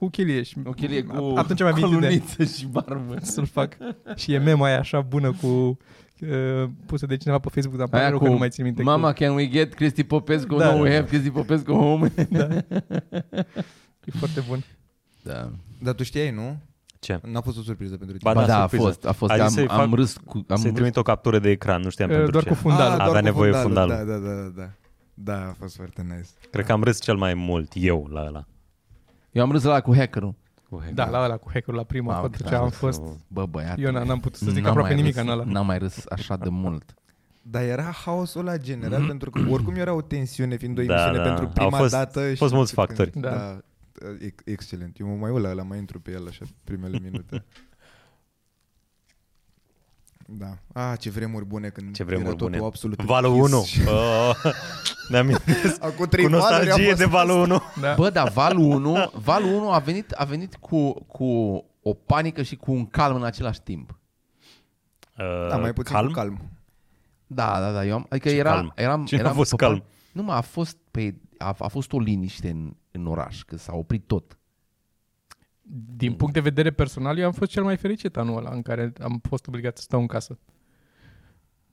D: uchilie și
B: O chelie cu
D: a- atunci mi-a venit ideea
B: coluniță și barbă.
D: să-l fac. Și e mema aia așa bună cu uh, pusă de cineva pe Facebook, dar pare
B: Aia
D: rău
B: cu
D: că nu mai țin minte.
B: Mama, can we get Cristi Popescu?
D: Da.
B: Da. No, we have Cristi Popescu home.
D: Cu, e foarte bun.
B: Da.
C: Dar tu știai, nu?
A: Ce?
C: N-a fost o surpriză pentru tine.
A: Ba da,
B: Ba da, a
A: surpriză.
B: fost, a fost.
A: A zis
B: Am,
A: să-i
B: am
A: fac-
B: râs cu... Am
A: Să-i
B: râs.
A: trimit o captură de ecran, nu știam
D: Uh,
A: pentru
D: doar
A: ce.
D: cu fundalul.
A: Ah,
C: doar
A: Avea
C: cu
A: nevoie fundalul.
C: Da, da, da, da, da. Da, a fost foarte nice.
A: Cred că am râs cel mai mult eu la ăla.
B: Eu am râs la cu hackerul.
D: Da, la ăla cu hackerul la prima,
B: Mamă,
D: pentru
B: da,
D: ce am
B: da,
D: fost.
B: Bă, băiat.
D: Eu n- n-am putut să zic
B: N-am
D: aproape
B: mai
D: nimic
B: râs,
D: în ăla.
B: N-am mai râs așa de mult.
C: Dar era haosul ăla general, pentru că oricum era o tensiune, fiind o
A: Mhm. Da,
C: emisiune
A: da.
C: pentru prima
A: Au fost-
C: dată. și
A: fost mulți
C: când-
A: factori.
C: Da.
D: Da.
C: da. ex- Excelent. Eu mă mai uit la ăla, mai intru pe el așa primele minute. Da. Ah, ce vremuri bune când
A: Ce vremuri
C: era totul
A: bune.
C: absolut
A: Valul
C: închis
A: 1.
C: și-
A: Oh, mi-am
C: Acum trei
A: cu nostalgie
C: valuri
A: de valul 1.
D: Da.
B: Bă, dar valul 1, valul 1 a venit, a venit cu, cu o panică și cu un calm în același timp.
C: Da,
A: Uh,
C: mai puțin calm. calm.
B: Da, da, da, eu am, adică
A: Ce
B: era,
A: calm?
B: eram,
A: Cine a
B: eram
A: fost
B: pe-
A: calm?
B: Nu, mă, a fost, pe, a, a fost o liniște în, în oraș, că s-a oprit tot.
A: Mm.
D: din punct de vedere personal, eu am fost cel mai fericit anul ăla în care am fost obligat să stau în casă.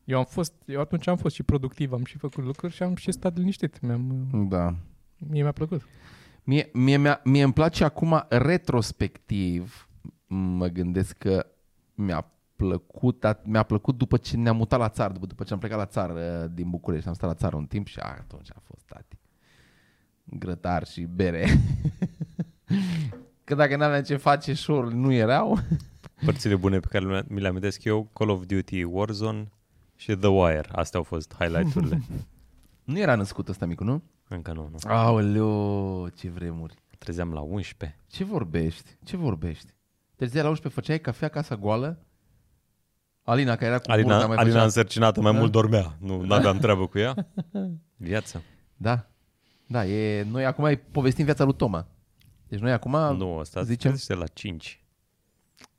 D: Eu am fost, eu atunci am fost și productiv, am și făcut lucruri și am și stat liniștit. Mi-am,
B: Da.
D: mie mi-a plăcut.
B: Mie, mie, mie, mie îmi place acum retrospectiv, mă gândesc că mi-a plăcut, a- mi-a plăcut după ce ne-am mutat la țară, după, după ce am plecat la țară uh, din București, am stat la țară un timp și a, atunci a fost tati. Grătar și bere. că dacă n-aveam ce face, șoruri nu erau.
A: Părțile bune pe care mi le amintesc eu, Call of Duty, Warzone și The Wire. Astea au fost highlight-urile.
B: Nu era născut ăsta micu, nu?
A: Încă nu, nu.
B: Aoleo, ce vremuri.
A: Trezeam la 11.
B: Ce vorbești? Ce vorbești? Deci de la 11 făceai cafea casa goală? Alina, care era cu
A: Alina,
B: burta, mai
A: Alina
B: făcea...
A: însărcinată mai
B: Da.
A: mult dormea. Nu aveam treabă cu ea. Viața.
B: Da. Da, e, noi acum îi povestim viața lui Toma. Deci noi acum,
A: Nu, asta
B: zicem-
A: zicem. la 5.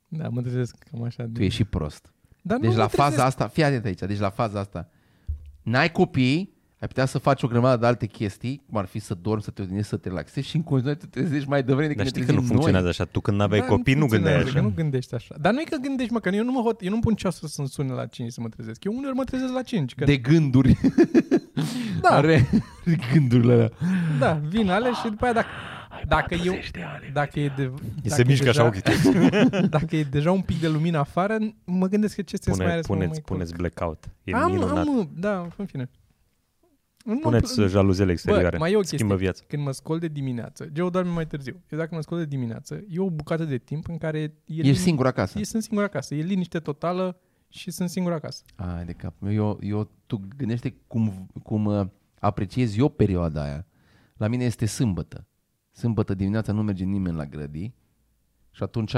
D: Da, mă trezesc cam așa.
B: tu ești și prost.
D: Dar
B: Deci
D: nu
B: la
D: mă trezesc.
B: faza asta, fii atent aici, deci la faza asta, n-ai copii, ai putea să faci o grămadă de alte chestii, cum ar fi să dormi, să te odihnești, să te relaxezi și în continuare te trezești mai devreme decât
A: Dar
B: ne
A: știi că
B: trezim
A: nu funcționează așa. Tu când aveai copii nu gândeai
D: Da, funcționează,
A: așa.
D: Că nu gândești așa. Dar nu e că gândești, mă, că eu nu, mă hot, eu nu pun ceasul să-mi sune la 5 să mă trezesc. Eu uneori mă trezesc la 5. Că,
A: Deci-
B: noi. De gânduri.
D: Da.
B: Are gândurile alea.
D: da, vin alea și după aia dacă, dacă eu... Dacă e de, dacă
A: Se
D: e
A: mișcă așa
D: deja-
A: ochii.
D: Dacă e deja un pic de lumină afară, mă gândesc că ce stres mai
A: Pune,
D: are să mă
A: puneți,
D: mai
A: puneți blackout. E
D: culc. am,
A: minunat. uh,
D: am, mă, da, în fine. Nu-mi
A: Puneți
D: pl-
A: jaluzele
D: Bă,
A: exterioare.
D: mai e o
A: Schimbă
D: chestie.
A: viața.
D: Când mă scol de dimineață, Geo doarme mai târziu. Eu dacă mă scol de dimineață, e o bucată de timp în care e lini-
B: Ești singur acasă.
D: e, sunt singur acasă. E liniște totală și sunt singur acasă.
B: Ai de cap. Eu, eu tu gândește cum, cum uh, apreciez eu perioada aia. La mine este sâmbătă. Sâmbătă dimineața nu merge nimeni la grădii și atunci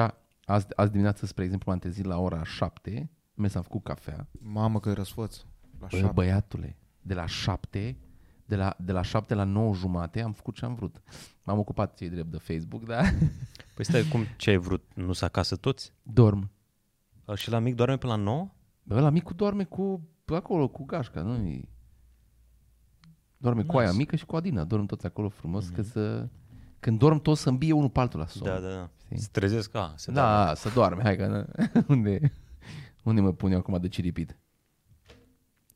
B: azi, azi dimineață, spre exemplu, m-am trezit la ora 7, am mers, am făcut cafea.
C: Mamă că răsfăț. La
B: Păi, Bă,
C: șapte.
B: băiatule, de la 7, de la, de la 7 la 9 jumate am făcut ce am vrut. M-am ocupat cei drept de Facebook, da? dar
A: Păi stai, cum ce ai vrut? Nu s acasă toți?
B: dorm.
A: A, Și la mic doarme până la 9?
B: Bă, la micu doarme cu acolo, cu gașca, nu e... Doarme cu aia mică și cu Adina, dorm toți acolo frumos, mm-hmm. că să... Când dorm toți să îmbie unul pe altul la somn.
A: Mhm. Da, da, da. Se trezesc, a, se da.
B: da, să doarme, hai că... na. unde, unde mă pun eu acum de ciripit?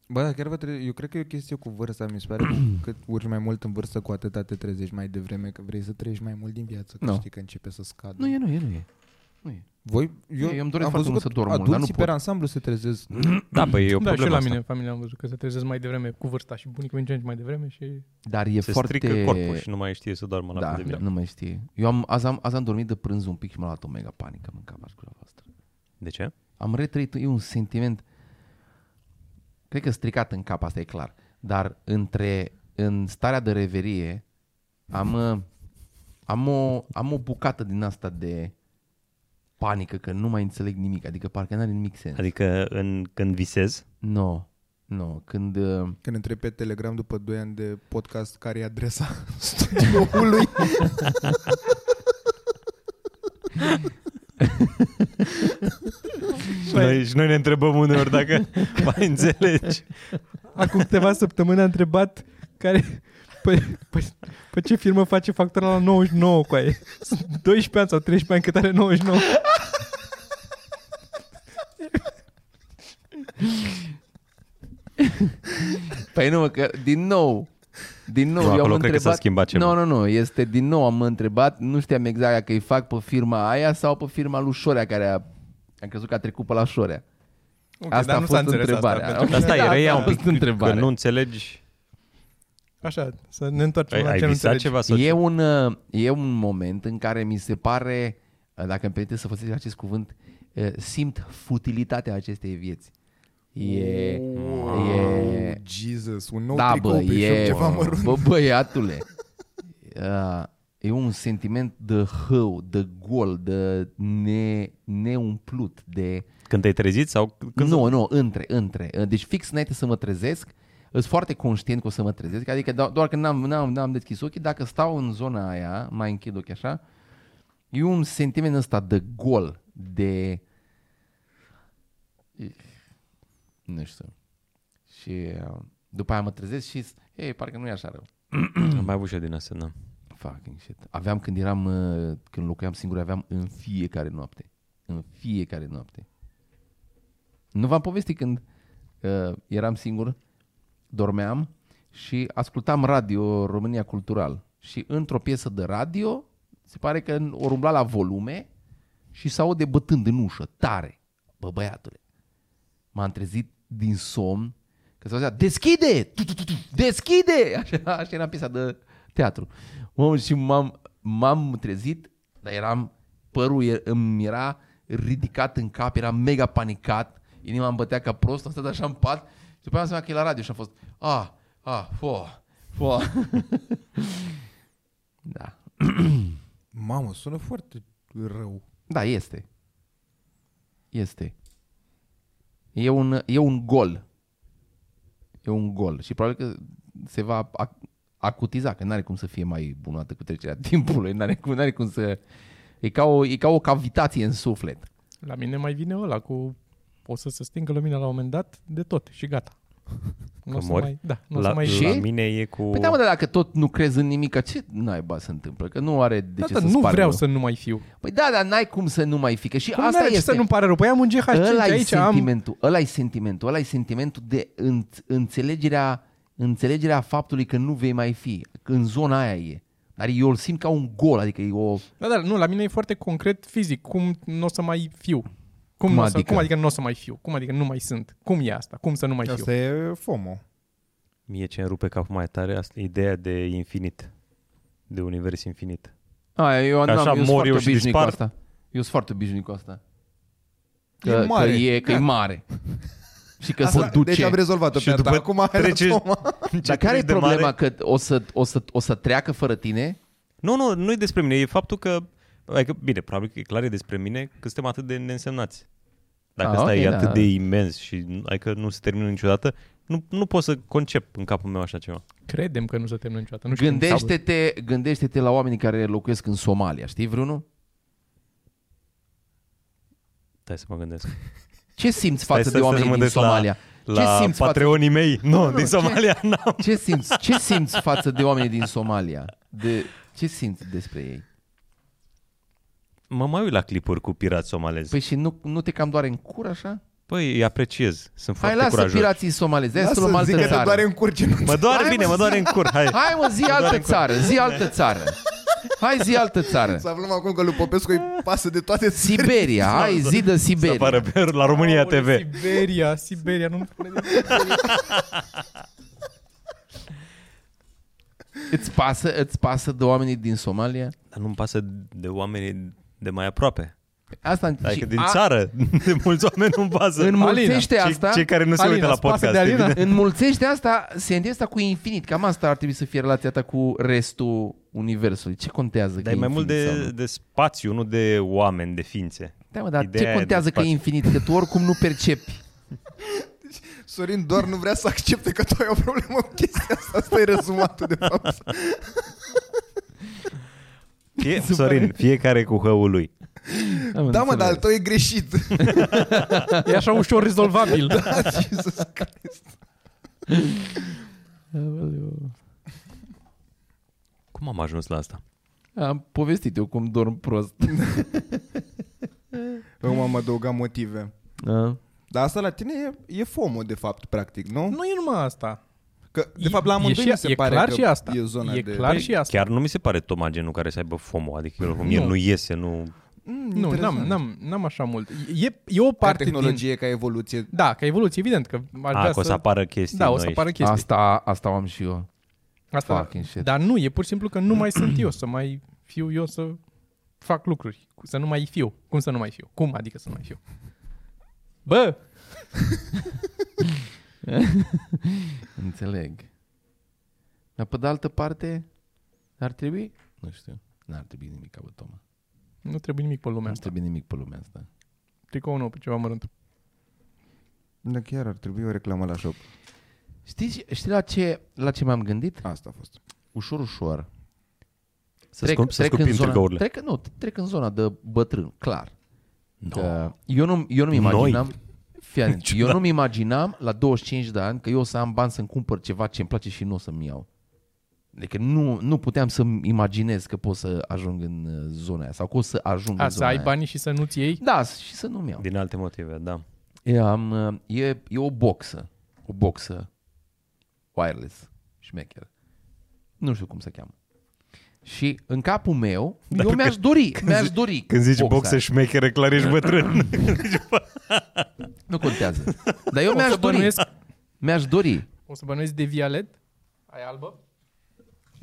C: Bă, da, chiar vă tre- eu cred că e o chestie cu vârsta, mi se pare că cu cât urci mai mult în vârstă, cu atâta te trezești mai devreme, că vrei să trăiești mai mult din viață, că
B: Nu.
C: știi că începe să scadă.
B: Nu e, nu e, nu e. Nu e.
C: Voi, eu,
B: Eu îmi doresc
C: am
B: foarte
C: văzut
B: mult
C: că
B: să dorm mult, dar nu
C: adulții
B: pot.
C: pe ansamblu se trezesc.
A: Da, păi e o
D: da, și
A: problemă
D: eu la
A: asta.
D: mine în familie am văzut că se trezesc mai devreme cu vârsta și bunicul din ce în ce mai devreme și...
B: Dar e
A: Se
B: foarte...
A: strică corpul și nu mai știe să doarmă la
B: da,
A: fel de bine.
B: nu mai știe. Eu am, azi, am, azi am dormit de prânz un pic și m-a luat o mega panică, mâncava și voastră.
A: De ce?
B: Am retrăit, e un sentiment, cred că stricat în cap, asta e clar, dar între, în starea de reverie, am, uh, am, o, am o bucată din asta de panică, că nu mai înțeleg nimic, adică parcă n-are nimic sens. Adică...
A: Adică în, când visez,
B: Nu, no, nu, no, când... uh,
C: Când întreb pe Telegram după 2 ani de podcast care e adresa studioului.
A: și noi, și noi ne întrebăm uneori dacă mai înțelegi.
D: Acum câteva săptămâni a întrebat care... Pe, pe, pe, ce firmă face factura la 99 cu aia? Sunt 12 ani sau 13 ani cât are 99.
B: Păi nu, mă, că din nou, din nou,
A: Nu,
B: eu am
A: acolo cred că
B: întrebat...
A: s-a schimbat ceva.
B: Nu, nu, nu, este din nou am întrebat, nu știam exact dacă îi fac pe firma aia sau pe firma lui Șorea, care a, am crezut că a trecut pe la Șorea.
D: Okay,
B: asta a fost întrebarea.
D: Asta,
B: Ok,
A: Dar stai,
B: da,
A: reia
B: da,
A: un
B: a fost
A: pic că
B: întrebare.
A: nu înțelegi.
D: Așa, să ne întoarcem
A: Ai,
D: la
A: Păi, ai
D: ce nu
A: visat
D: înțelegi.
A: ceva? Sau
B: E
A: ce?
B: un, uh, e un moment în care mi se pare, uh, dacă îmi permite să folosesc acest cuvânt, uh, simt futilitatea acestei vieți. E, e,
C: Oh, Jesus, un nou
B: da,
C: tricou
B: bă,
C: pe
B: e,
C: șoc, ceva mărunt.
B: bă, băiatule. Uh, e un sentiment de hău, de gol, de ne, neumplut, de...
A: Când te-ai trezit sau
B: Când
A: când
B: nu, nu, între, între. Uh, Deci fix înainte să mă trezesc, sunt foarte conștient că o să mă trezesc, adică do- doar că n-am, n-am, n-am deschis ochii, dacă stau în zona aia, mai închid ochii așa, e un sentiment ăsta de gol, de... Nu știu. Și uh, după aia mă trezesc și, ei, parcă nu e așa rău.
A: am mai avut și eu din asta, da.
B: fucking shit. Aveam când eram, uh, când locuiam singur, aveam în fiecare noapte. În fiecare noapte. Nu v-am povestit când uh, eram singur, dormeam și ascultam radio România Cultural. Și într-o piesă de radio, se pare că o umbla la volume și s aude bătând în ușă, tare. Bă, băiatule, m-am trezit din somn că se auzea, deschide! Tu, tu, tu, tu, Deschide! Așa, așa era piesa de teatru. Mă, și m-am, m-am trezit, dar eram, părul e- îmi era ridicat în cap, eram mega panicat, inima îmi bătea ca prost, am stat așa în pat și după aia am seama că e la radio și am fost, ah, ah, fo, fo. da,
C: Mamă, sună foarte rău.
B: da, este. Este. E un, e un gol. E un gol. Și probabil că se va ac- acutiza, că n-are cum să fie mai bunată cu trecerea timpului, n-are cum, n-are cum să... E ca, o, e ca o cavitație în suflet.
D: La mine mai vine ăla cu o să se stingă lumina la un moment dat de tot și gata. Nu o să
A: mori?
D: mai, da, nu o
A: La,
D: să mai
A: la
B: Și?
A: mine e cu...
B: Păi da, mă, dar dacă tot nu crezi în nimic, ce naiba se întâmplă? Că nu are de
D: da,
B: ce
D: da,
B: să
D: nu
B: spargă.
D: vreau să nu mai fiu.
B: Păi da, dar n-ai cum să nu mai fi, că și
D: Cum
B: asta
D: n-are
B: este...
D: ce să nu-mi pare rău? Păi am un GH5
B: ăla e
D: aici, am...
B: sentimentul, ăla e sentimentul, ăla e sentimentul de în, înțelegerea, înțelegerea faptului că nu vei mai fi, că în zona aia e. Dar eu îl simt ca un gol, adică e o...
D: Da, da, nu, la mine e foarte concret fizic. Cum nu o să mai fiu? Cum,
B: Cum
D: n-o să-
B: adică?
D: cum adică nu o să mai fiu? Cum adică nu mai sunt? Cum e asta? Cum să nu mai fiu?
C: Asta e FOMO.
A: Mie ce îmi rupe capul mai tare asta e ideea de infinit. De univers infinit.
B: Aia, eu,
A: Că
B: n-am-
A: așa
B: eu sunt
A: mor eu
B: foarte
A: și
B: obișnuit cu
A: dispar.
B: asta. Eu sunt foarte obișnuit cu asta. Că
C: E mare.
B: Că e, că e
C: Da.
B: mare. și că
C: Asta,
B: se duce.
C: Deci am rezolvat-o
A: Și
C: pe asta.
A: după
C: Acum are
A: trece-
C: FOMO.
A: Ce
B: Dar care e
A: treci de mare-
B: problema că o să, o, să, o să treacă fără tine?
A: Nu, nu, nu e despre mine, e faptul că, adică, bine, probabil că e clar e despre mine că suntem atât de neînsemnați. Dacă
B: Ah,
A: asta
B: ok,
A: e
B: da.
A: atât de imens și nu- adică nu se termină niciodată, nu, nu pot să concep în capul meu așa ceva.
D: Credem că nu se termină niciodată. Nu știu cum s-a-
B: Gândește-te, gândește-te la oamenii care locuiesc în Somalia, știi vreunul?
A: Stai să mă gândesc.
B: Ce simți
A: Stai
B: față
A: să-
B: de
A: să
B: oamenii
A: mă
B: din
A: gândesc la-
B: Somalia?
A: La
B: ce simți față
A: patreonii mei, nu,
B: nu,
A: din
B: ce-
A: Somalia, n-am.
B: Ce simți, ce simți față de oamenii din Somalia? De, ce simți despre ei?
A: Mă mai uit la clipuri cu pirați somalezi. Păi,
B: Păi și nu, nu te cam doare în cur așa?
A: păi îi apreciez, sunt
B: Hai,
A: foarte
B: lasă
A: curajos.
B: pirații somalezi, hai să luăm
C: Lasă,
B: altă
C: zic că te
B: țară.
C: doare în curge. nu-
A: Mă doare
B: Hai,
A: bine,
B: mă,
A: mă doare în cur, hai.
B: Hai mă, zi altă
A: doare în cur.
B: țară, zi altă țară. Hai zi altă
D: Eh.
B: țară.
C: Să aflăm acum că lui Popescu îi pasă de toate țările.
B: Siberia, hai zi de
A: Să apară
B: Siberia.
A: pe la România
D: Aoleu,
A: TV.
D: Siberia, Siberia, nu-mi spune de
B: Îți pasă, îți pasă de oamenii din Somalia?
A: Dar nu-mi pasă de oamenii de mai aproape.
B: Asta
A: Adică
B: și
A: din
B: a-
A: țară, de mulți oameni nu-mi pasă.
B: Înmulțește
A: Cei-
B: asta.
A: Cei care nu se
D: Alina,
A: uită la
D: îți pasă
A: podcast.
D: de Alina?
A: evident.
B: Înmulțește asta, sentința asta cu infinit. Cam asta ar trebui să fie relația ta cu restul universului. Ce contează? că
A: Dar e mai mult
B: infinit sau nu?
A: de, de spațiu, nu de oameni, de ființe.
B: Da, mă, dar
A: Ideea e
B: ce
A: de
B: contează că e
A: spațiu.
B: infinit? Că tu oricum nu percepi.
C: Sorin doar nu vrea să accepte că tu ai o problemă cu chestia asta. Asta e rezumatul de fapt.
A: Fie, Sorin, fiecare cu hăul lui.
C: Da, mă, dar al tău e greșit.
D: asta. E așa ușor rezolvabil.
C: Jesus Christ.
A: Cum am ajuns la asta?
B: Am povestit eu cum dorm prost.
C: Eu m-am adăugat motive.
B: Da.
C: Dar asta la tine e, e FOMO, de fapt, practic, nu?
D: Nu e numai asta.
C: Că, de
D: E-
C: fapt, la
D: e
C: amândoi
D: și-
C: mi se
D: e
C: pare
D: clar
C: că
D: și asta.
C: e zona
D: E
C: de... Păi
D: clar Dar și asta.
A: Chiar nu mi se pare Toma genul care să aibă FOMO, adică eu, mie
D: Nu.
A: nu iese, nu...
C: Mm,
D: Nu,
C: interesant.
D: n-am, n-am, n-am așa mult. E, e o
C: Ca
D: parte din...
C: tehnologie, ca evoluție.
D: Da, ca evoluție, evident că aș
A: A,
D: vrea
A: că o să
D: să...
A: apară chestii
D: da, o
A: noi.
D: să apară chestii.
B: Asta, asta o am și eu.
D: Asta,
B: Fucking shit.
D: Dar nu, e pur și simplu că nu mai sunt eu, să mai fiu eu să fac lucruri, cu- să nu mai fiu. Cum să nu mai fiu? Cum adică să nu mai fiu? Bă,
B: Înțeleg. Dar pe de altă parte, ar trebui? Nu știu. N-ar trebui nimic ca bă, Toma.
D: nu trebuie nimic pe lumea
B: Nu
D: asta.
B: trebuie nimic pe lumea asta.
D: Tricou nou pe ceva mărunt.
C: Da, chiar ar trebui o reclamă la shop.
B: Știi, știi la, ce, la ce m-am gândit?
C: Asta a fost.
B: Ușor, ușor.
A: Să scump, să scupim
B: în zona,
A: tricourile.
B: trec, nu, trec în zona de bătrân, clar.
A: No.
B: Că eu nu, eu nu-mi
A: Noi.
B: imaginam... Fii atent, eu nu-mi imaginam la 25 de ani că eu o să am bani să-mi cumpăr ceva ce îmi place și nu o să-mi iau. Adică nu, nu puteam să-mi imaginez că pot să ajung în uh, zona aia sau că o să ajung
D: A,
B: în
D: să
B: zona
D: ai
B: aia.
D: banii și să nu-ți iei?
B: Da, și să nu-mi iau.
A: Din alte motive, da.
B: E, am, uh, e, e o boxă, o boxă wireless, șmecher. Nu știu cum se cheamă. Și în capul meu, eu mi-aș dori, mi-aș dori boxa aia.
A: șmechere, clar ești bătrân.
B: Nu contează. Dar eu
D: O
B: mi-aș
D: să
B: dori.
D: bănuiesc,
B: Mi-aș dori.
D: o să bănuiesc de violet? Ai albă?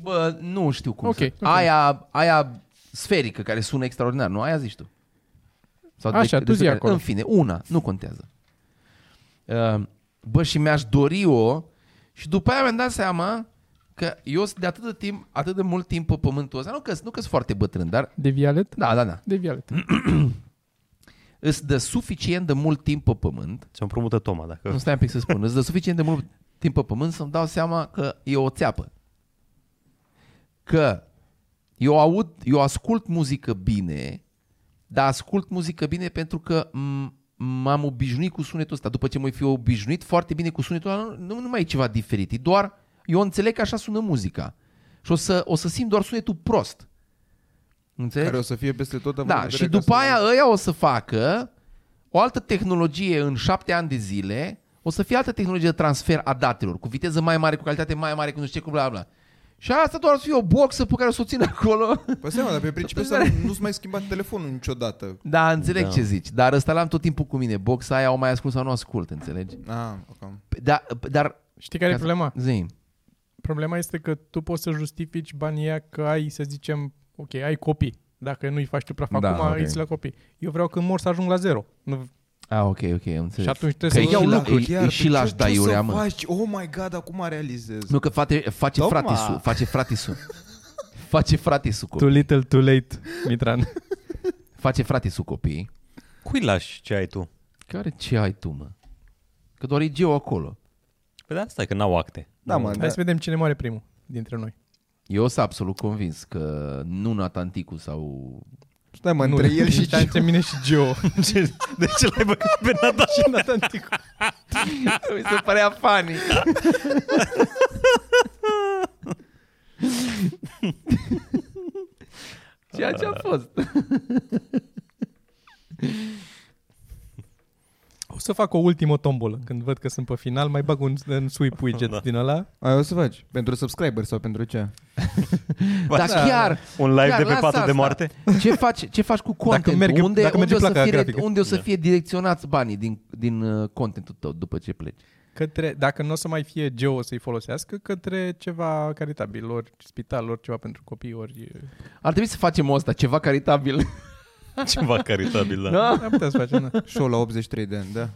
B: Bă, nu știu cum
D: Ok,
B: okay, să...
D: ok.
B: Okay. Aia, aia sferică care sună extraordinar, nu? Aia zici tu. Sau
D: Așa, tu zi
B: despre
D: acolo.
B: În fine, una, nu contează. Uh, Bă, și mi-aș dori-o și după aia mi-am dat seama că eu sunt de atât de timp, atât de mult timp pe pământul ăsta, nu că nu că sunt foarte bătrân, dar
D: De violet?
B: da, da, da.
D: De violet.
B: Îți dă suficient de mult timp pe pământ
A: Ți-o împrumută Toma,
B: Nu
A: dacă...
B: stai un pic să spun. Îți dă suficient de mult timp pe pământ să-mi dau seama că e o țeapă. Că eu aud, eu ascult muzică bine, dar ascult muzică bine pentru că m- m-am obișnuit cu sunetul ăsta. După ce mă fi obișnuit foarte bine cu sunetul ăla, nu, nu mai e ceva diferit. E doar, eu înțeleg că așa sună muzica. Și o să, o să simt doar sunetul prost. Înțelegi?
C: Care o să fie peste tot. având în
B: Da,
C: vedere
B: și
C: că
B: după
C: asta-
B: aia ăia o să facă o altă tehnologie în șapte ani de zile, o să fie altă tehnologie de transfer a datelor, cu viteză mai mare, cu calitate mai mare, cu nu știu ce, cu bla bla. Și asta doar o să fie o boxă pe care o să o țin acolo.
C: Păi seama, dar pe principiul ăsta
B: Totdeauna-
C: nu-ți mai schimbat telefonul niciodată.
B: Da, înțeleg
A: Da.
B: da. ce zici, dar ăsta l-am tot timpul cu mine. Boxa aia o mai ascult sau nu ascult, înțelegi?
C: Ah, ok.
B: P- Da, p- dar...
D: Știi care e
B: Ca-
D: problema?
B: Zi.
D: Problema este că tu poți să justifici banii aia că ai, să zicem, ok, ai copii. Dacă nu-i faci tu praf
B: Da,
D: acum,
B: ok.
D: okay. îți la copii. Eu vreau când mor să ajung la zero. Nu,
B: Ah, ok, ok, am
D: și
B: înțeles.
D: atunci
B: Că
C: Păi
D: trebuie să...
B: iau
D: și la-
B: lucruri. e- e și la aș da iurea, mă.
C: Faci? Oh my god, acum realizez.
B: Nu, că fate, face
C: Toma!
B: fratisul, face fratisul. face fratisul
D: Too
B: copii.
D: little, too late, Mitran.
B: Face fratisul copii.
A: Cui lași ce ai tu?
B: Care ce ai tu, mă? Că doar e Geo acolo.
A: Păi da, stai că n-au acte.
C: Da, mă, da.
D: Hai să vedem cine moare primul dintre noi.
B: Eu sunt absolut convins că nu Natanticu sau...
C: Stai mă, între el și
D: nici între mine și Geo.
A: Ce- De ce l-ai băgat pe Nata?
D: și Nathan Ticu.
B: Mi se părea funny. Ceea ce a fost.
D: O să fac o ultimă tombolă. Când văd că sunt pe final, mai bag un, un sweep widget da. din ăla.
C: Ai, o să faci? Pentru subscriber sau pentru ce?
D: da.
B: Dar chiar,
A: Da. Un live
B: chiar,
A: de pe
B: lasă
A: patul de
B: asta.
A: moarte?
B: Ce faci, ce faci cu content?
D: merg eu-
B: unde,
D: dacă merge
B: unde, o să
D: placa
B: fie,
D: grafică.
B: unde o să
A: Da.
B: fie direcționați banii din, din uh, contentul tău după ce pleci?
D: Către, dacă nu o să mai fie Geo să-i folosească, către ceva caritabil, ori spital, ori ceva pentru copii, ori...
B: Ar trebui să facem asta, ceva caritabil.
A: Ceva caritabil, da.
B: Da.
D: Am putea să facem, da.
C: Show la 83 de ani, da.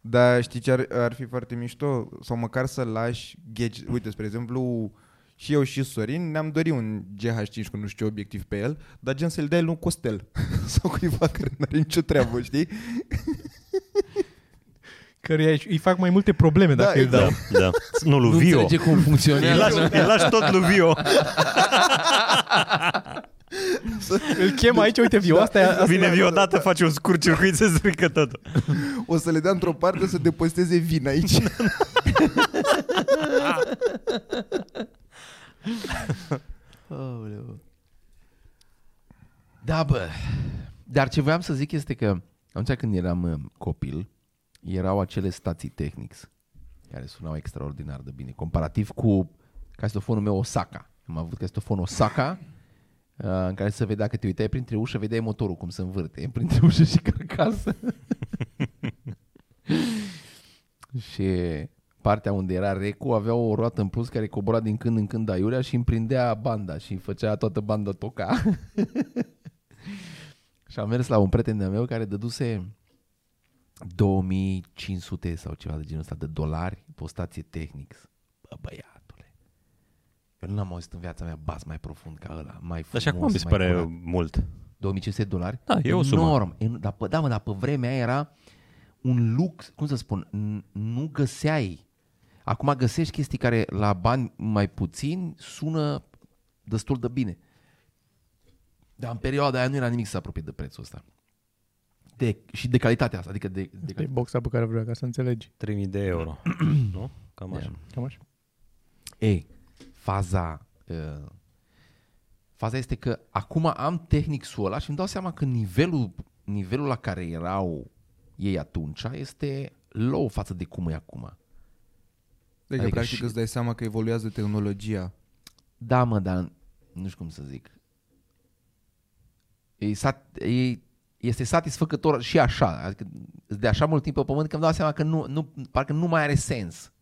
C: Dar știi ce ar, ar fi foarte mișto? Sau măcar să lași gadget. Uite, spre exemplu, și eu și Sorin ne-am dorit un GH5 cu nu știu ce obiectiv pe el, dar gen să-l dai lui Costel sau cuiva care n-are nicio treabă, știi?
D: Căruia îi- îi fac mai multe probleme dacă
C: Da,
D: îi
A: Da,
D: dau.
A: da. Nu,
B: Nu
A: lui Vio.
B: înțelege cum
A: Îi
B: funcționează.
A: lași, îi lași tot lui Vio.
D: Îl chem aici, uite,
A: Da.
D: viu, asta e... asta-
A: Vine Vio odată, face un scurt circuit, se strică tot.
C: O să le dea într-o parte să deposteze vin aici.
B: Aoleu. Da, bă. Dar ce voiam să zic este că atunci când eram uh, copil, erau acele stații Technics care sunau extraordinar de bine, comparativ cu castofonul meu Osaka. Am avut castofon Osaka uh, în care se vedea că te uitai printre ușă, vedeai motorul cum se învârte, printre ușă și carcasă. și partea unde era recu avea o roată în plus care cobora din când în când aiurea și îmi prindea banda și îmi făcea toată banda toca. și am mers la un prieten de meu care dăduse 2500 sau ceva de genul ăsta de dolari pe o stație Technics. Bă, băiatule. Eu nu l-am auzit în viața mea bas mai profund ca ăla, mai frumos,
A: Dar și acum mi se
B: mai
A: pare
B: curat.
A: mult.
B: 2500 de dolari?
A: Da, e o sumă.
B: Enorm. En- Dar, pe, da, mă, dar pe vremea aia era un lux, cum să spun, n- nu găseai. Acum găsești chestii care la bani mai puțini sună destul de bine. Dar în perioada aia nu era nimic să se apropie de prețul ăsta. De, și de calitatea asta, adică de, de
D: E boxa pe care vreau ca să înțelegi.
A: 3000 de euro. nu? Cam așa.
D: Cam așa.
B: Ei, faza uh, faza este că acum am tehnicul ăla și îmi dau seama că nivelul, nivelul la care erau ei atunci este low față de cum e acum.
C: Deci,
B: Adică
C: adică practic
B: și-
C: îți dai seama că evoluează tehnologia.
B: Da, mă, dar nu știu cum să zic. E sat, e, este satisfăcător și așa, adică de așa mult timp pe pământ că îmi dau seama că nu, nu, parcă nu mai are sens.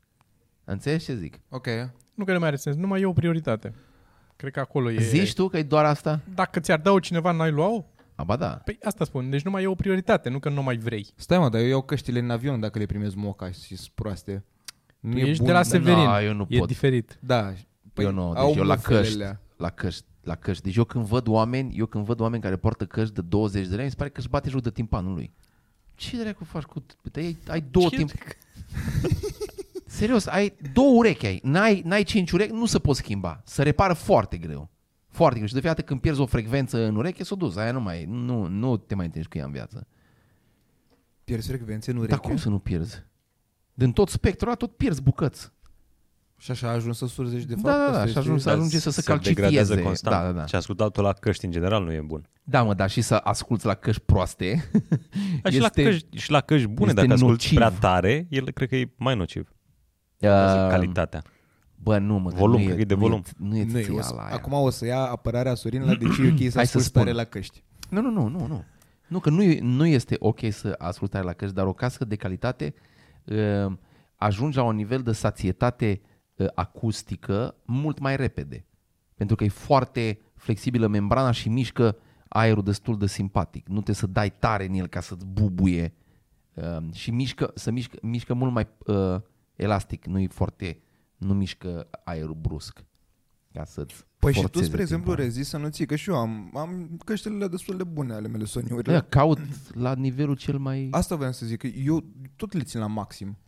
B: Înțelegi ce zic?
C: Ok.
D: Nu că nu mai are sens, numai e o prioritate. Cred că acolo e...
B: E... Zici tu că e doar asta?
D: Dacă ți-ar da-o cineva, n-ai luat
B: A, ba da.
D: Păi asta spun, deci numai e o prioritate, nu că nu mai vrei.
C: Stai mă, dar eu iau căștile în avion dacă le primez moca și sunt proaste. Nu
D: Tu
C: e
D: Păi ești
C: bun,
D: de la
C: da.
D: Severin,
B: Na, eu nu
D: e
B: pot.
D: diferit.
C: Da.
B: Păi eu nu, deci eu la
C: mufele
B: căști,
C: alea.
B: la căști, la căști. Deci eu când văd oameni, eu când văd oameni care poartă căști de 20 de lei, mi se pare că își bate jocul de timpanul lui. Ce dracu faci cu... Te, ai, ai două
D: Ce-
B: timp... Serios, ai două urechi ai, n-ai, n-ai cinci urechi, nu se poți schimba. Se repară foarte greu. Foarte greu. Și de fiecare dată când pierzi o frecvență în ureche, s-o dus. Aia nu mai, nu, nu te mai întâlnești cu ea în viață.
C: Pierzi frecvențe în ureche.
B: Dar Da, cum să nu pierzi? Din tot spectrul ăla tot pierzi bucăți.
C: Și așa a ajuns să surzești de fapt.
B: da, da,
C: asta
B: da, și
C: este-
B: ajungi, să
A: Dar
B: ajunge să se,
A: degradează
B: calcifieze.
A: constant.
B: Da, da, da.
A: Și ascultatul la căști în general nu e bun.
B: Da, mă, dar și să asculți la căști proaste.
A: Dar și, la căști, și la căști bune,
B: este
A: dacă asculti
B: nociv.
A: prea tare, el cred că e mai nociv.
B: Uh,
A: Uh, calitatea.
B: Bă, nu, mă, că
A: Volum,
B: nu
A: cred că e de
B: nu
A: volum.
B: Nu e, nu
C: Nu,
B: e
C: eu o
B: ția
C: să,
B: la aia.
C: acum o să ia apărarea Sorin la de ce e
B: Hai
C: ok să
B: să
C: asculti
B: spun.
C: tare la căști.
B: Nu, nu, nu, nu, nu. Nu, că nu, e- nu este ok să asculti tare la căști, dar o cască de calitate uh, ajunge la un nivel de sațietate uh, acustică mult mai repede. Pentru că e foarte flexibilă membrana și mișcă aerul destul de simpatic. Nu trebuie să dai tare în el ca să-ți bubuie uh, și mișcă, să mișcă, mișcă mult mai uh, elastic. Nu e foarte, nu mișcă aerul brusc ca să-ți
C: Păi și tu,
B: forțeze
C: spre exemplu,
B: timpanul.
C: rezisti să nu ții, că și eu am, am căștile destul de bune ale mele soniurile.
B: Da, caut la nivelul cel mai...
C: Asta vreau să zic, că eu tot le țin la maxim.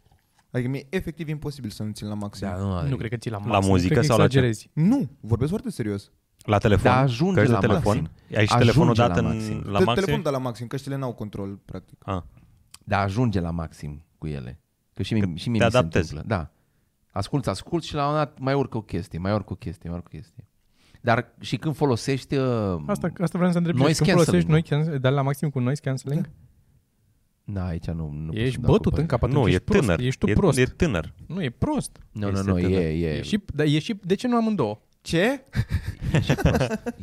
C: Adică mi-e efectiv imposibil să nu țin la maxim.
B: Da, nu,
D: Nu
B: adică-
D: cred că ți la,
A: muzică
D: cred că
A: sau la ce?
D: exagerezi.
C: Nu, vorbesc foarte serios.
A: La telefon?
B: Dar ajunge
A: căști
B: la
A: de telefon?
B: maxim.
A: Ai și telefonul
B: Ajunge
A: dat
B: la
A: în,
B: maxim.
A: la
C: Te-
A: maxim?
C: Telefonul, dar la maxim, căștile n-au control, practic.
A: Ah.
B: Dar ajunge la maxim cu ele. Că și mie,
A: Că
B: și mie
A: te
B: mi se
A: adaptezi.
B: întâmplă. Da. Asculți, asculți și la un moment dat mai urcă o chestie, mai urcă o chestie, mai urcă o chestie. Dar și când folosești... uh,
D: Asta, asta vreau să întreb.
B: Noise
D: Noi când folosești noi
B: cancelling.
D: cancelling, dar la maxim cu noise cancelling?
B: Da, aici nu, nu
D: ești bătut în cap, atunci
A: Nu, e
D: ești prost,
A: tânăr.
D: ești tu
A: e,
D: prost.
A: E tânăr.
D: Nu, e prost.
B: Nu, nu,
A: Este
B: nu,
A: tânăr.
B: e, e,
D: E, și, dar e și, de ce nu amândouă?
C: Ce?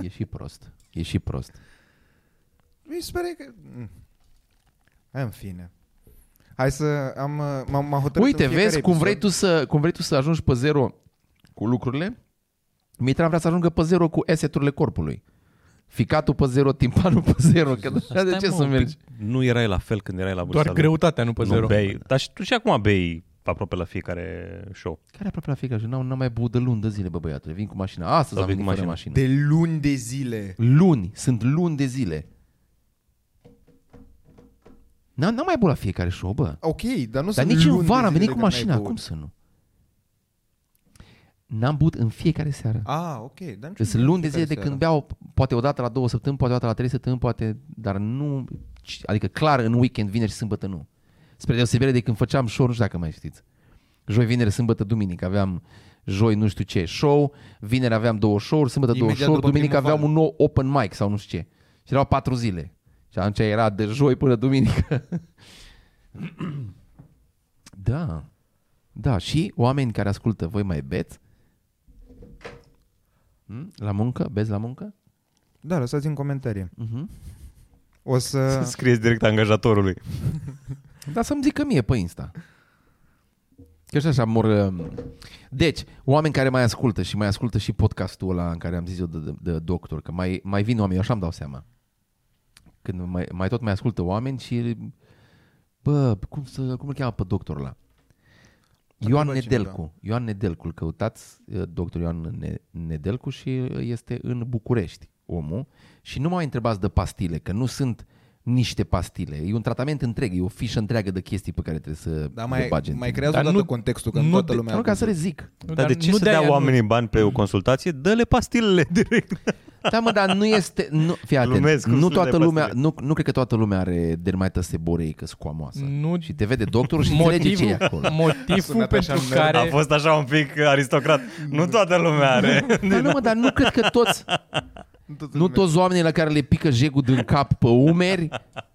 B: e și prost. E și prost.
C: Mi se pare că... Mm. Hai, în fine. Hai să am... uh, M-am, m-am hotărât
B: Uite,
C: în fiecare
B: vezi cum
C: episod.
B: vrei, tu să, cum vrei tu să ajungi pe zero cu lucrurile? Mitra vrea să ajungă pe zero cu eseturile corpului. Ficatul pe zero, timpanul pe zero. Că de ce să mergi?
A: Nu erai la fel când erai la vârsta
D: Doar
A: lui.
D: greutatea, nu pe
A: nu
D: zero.
A: bei. Dar și tu și acum bei aproape la fiecare show.
B: Care aproape la fiecare zi? N-am, n-am mai băut de luni de zile, bă băiatule. Vin cu mașina. Astăzi
A: Sau
B: am
A: vii
B: venit
A: cu
B: fără
A: mașina.
B: mașină. De...
C: De luni de zile.
B: Luni. Sunt luni de zile. N-am, n-am mai băut la fiecare show, bă.
C: Ok, dar nu
B: Dar
C: sunt
B: nici în
C: luni de
B: vară am venit
C: zile
B: cu
C: când n-ai
B: mașina.
C: băut.
B: Cum să nu? N-am băut în fiecare seară. Deci
C: Ah, ok. Dar nici
B: Sunt
C: nu
B: luni de
C: știu
B: zile de
C: care
B: când
C: seară.
B: beau poate o dată la două săptămâni, poate o dată la trei săptămâni, poate, dar nu, adică clar în weekend, vineri și sâmbătă nu. Spre deosebire de când făceam show, nu știu dacă mai știți. Joi, vineri, sâmbătă, duminică aveam joi nu știu ce show, vineri aveam două show-uri, sâmbătă
C: Imediat
B: două show-uri,
C: după
B: duminică aveam un
C: primăvară.
B: nou open mic sau nu știu ce. Și erau patru zile. Și atunci era de joi până duminică. da. Da, și oameni care ascultă, voi mai beți? Hmm? La muncă? Bezi la muncă?
C: Da, lăsați în comentarii.
B: Uh-huh.
C: O
B: Da.
C: să...
A: Scrieți direct angajatorului.
B: Dar Da, să-mi zică mie pe Insta. Că și așa mor... um, Deci, oameni care mai ascultă și mai ascultă și podcastul ăla în care am zis eu de, de, de doctor, că mai, mai vin oameni, eu așa îmi dau seama. Când mai, mai tot mai ascultă oameni și... Bă, cum, să, cum îl cheamă pe doctorul ăla? Ioan
C: Întreabă cineva.
B: Nedelcu. Ioan Nedelcu, îl căutați, eh, doctor Ioan Ne- Nedelcu și eh, este în București omul și nu mă mai întrebați de pastile, că nu sunt niște pastile, e un tratament întreg, e o fișă întreagă de chestii pe care trebuie să
C: Dar
B: le
C: Da, mai,
B: bagi în
C: mai
B: timp.
C: creează
D: Dar
C: o dată
D: nu-
C: contextul, că nu
D: nu
C: toată
D: de-
C: lumea...
B: Nu ca să le zic.
A: Dar de ce să dea
D: de-aia nu-
A: oamenii bani pe o consultație? Dă-le pastilele direct.
B: Da, mă, dar nu este... Nu, fii atent,
A: Glumesc, cum
B: nu
A: sunt
B: toată
A: de
B: lumea,
A: pastile.
B: nu, nu cred că toată lumea are dermatită seboreică scoamoasă.
D: Nu-
B: Și te vede doctorul și înțelege ce e
D: Mm. Motivul,
B: acolo.
D: motivul
C: sunat așa
D: pentru
C: în
D: care...
A: A fost așa un pic aristocrat. nu toată lumea are.
B: Dar nu, mă, dar nu cred că toți, nu toți oamenii la care le pică jegul din cap pe umeri,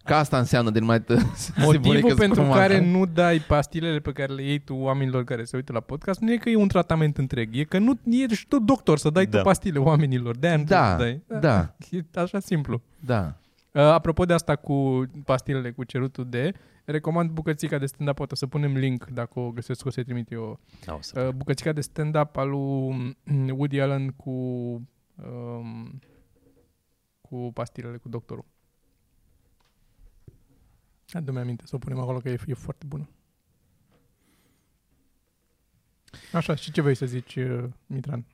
B: că asta înseamnă dermatită
D: Motivul
B: seboreică
D: pentru
B: scoamoasă.
D: care nu dai pastilele pe care le iei tu oamenilor care se uită la podcast nu e că e un tratament întreg, e că nu ești tu doctor să dai
A: Da.
D: tu pastile oamenilor, de nu
B: Da,
D: le dai.
B: da.
D: E așa simplu.
B: Da.
D: Uh, apropo de asta cu pastilele cu cerutul de, recomand bucățica de stand-up, poate o să punem link dacă o găsesc, o să-i trimit eu.
A: Da, o să-
D: Uh, bucățica de stand-up al lui mm, Woody Allen cu, um, cu pastilele cu doctorul. Adu-mi aminte să o punem acolo că e, e foarte bună. Așa, și ce vrei să zici, uh, Mitran?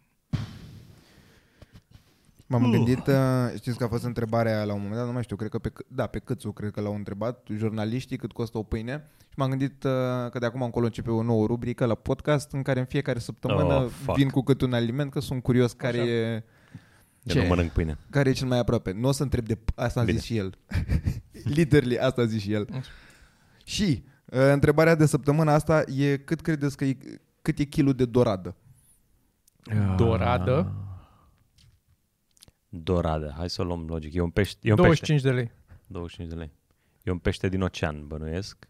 C: M-am gândit, uh, știți că a fost întrebarea aia la un moment dat, nu mai știu, cred că pe, C- da, pe Câțu, cred că l-au întrebat, jurnaliștii cât costă o pâine și m-am gândit uh, că de acum încolo începe o nouă rubrică la podcast în care în fiecare săptămână
A: Oh, fuck.
C: vin cu cât un aliment, că sunt curios care
D: Așa.
C: e,
A: Eu
B: Ce?
A: nu mănânc pâine.
C: care e cel mai aproape. Nu o să întreb de... Asta a
A: Bine.
C: zis și el. Literally, asta a zis și el. Și uh, întrebarea de săptămână asta e cât credeți că e, cât e kilul de doradă?
A: Ah.
D: Doradă,
A: Dorada, hai să o luăm logic. E un pește. E un 25.
D: 25 de lei.
A: Pește. 25 de lei. E un pește din ocean, bănuiesc.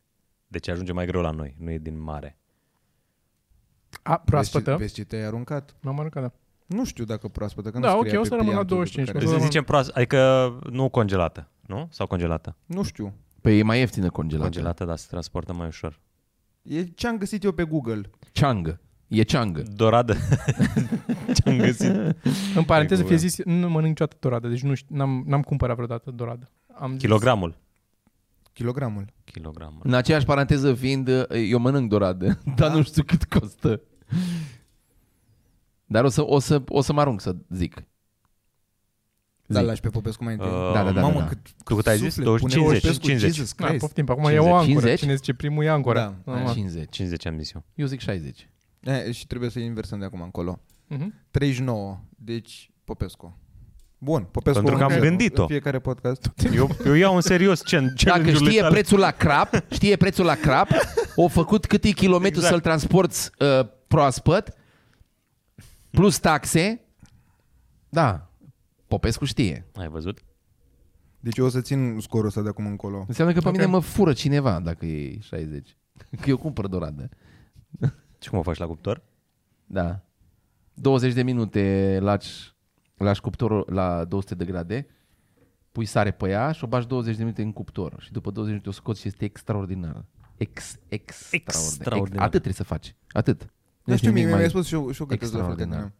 A: Deci ajunge mai greu la noi, nu e din mare.
D: A, proaspătă.
C: Vezi, ce- vezi ce te-ai aruncat?
D: Mi-am aruncat, da.
C: Nu știu dacă proaspătă, că nu
D: Da,
C: scria
D: ok, o
C: pe
D: să rămân la
C: pliantul
D: 25, o
C: pe care-
A: Deci
D: să
A: Să
D: rămân.
A: zicem proastă, adică nu congelată, nu? Sau congelată?
C: Nu știu.
B: Păi e mai ieftină congelată.
A: Congelată, dar se transportă mai ușor.
C: E ce am găsit eu pe Google.
B: Ceangă. E ceangă.
A: Doradă. Ce-am găsit.
D: În paranteză,
A: Ai
D: fie zis, nu mănânc niciodată doradă, deci nu știu- n-am, n-am cumpărat vreodată doradă. Am zis-
A: Kilogramul.
C: Kilogramul.
A: Kilogramul.
B: În aceeași paranteză fiind, eu mănânc doradă, dar nu știu cât costă. Dar o să, o să, o să mă arunc să zic.
C: Da,
B: Zi.
C: lași pe Popescu mai întâi.
A: Uh,
B: Da, da, da,
C: Mamă,
B: da.
C: cât,
A: Tu cât ai zis?
C: suflet
A: 20,
C: pune
A: 50,
C: Popescu,
A: 50.
C: Jesus
D: Da,
C: Christ.
D: poftim, pe acum e o ancoră.
B: 50?
D: Cine zice primul e ancora.
C: Da,
D: Normal.
B: 50.
A: 50 am zis eu.
B: Eu zic 60.
C: E, Eh, și trebuie să inversăm de acum încolo.
D: Mhm.
C: 39. Deci, Popescu. Bun, Popescu.
A: Pentru că am
C: în fiecare-
A: gândit-o.
C: În fiecare podcast.
A: Eu, eu iau în serios ce
B: Dacă știe prețul la crap, știe prețul la crap, o făcut cât e kilometru
A: Exact.
B: exact. să-l transporti uh, proaspăt, plus taxe, da, Popescu știe.
A: Ai văzut?
C: Deci eu o să țin scorul ăsta de acum încolo.
A: Deci,
B: Înseamnă că pe
D: Ok.
B: okay. mine mă fură cineva dacă e 60. Că eu cumpăr doradă.
A: Și cum o faci la cuptor?
B: Da. 20 de minute lași, lași cuptorul la 200 de grade, pui sare pe ea și o bagi 20 de minute în cuptor. Și după 20 de minute o scoți și este extraordinar. Ex, ex, extraordinar. Ex,
A: Extraordinar.
B: atât trebuie să faci. Atât. Deci
C: Nu știu, mie
B: nimic
C: mi-a
B: mai-
C: spus și eu, și eu gândesc la fel de
B: extraordinar.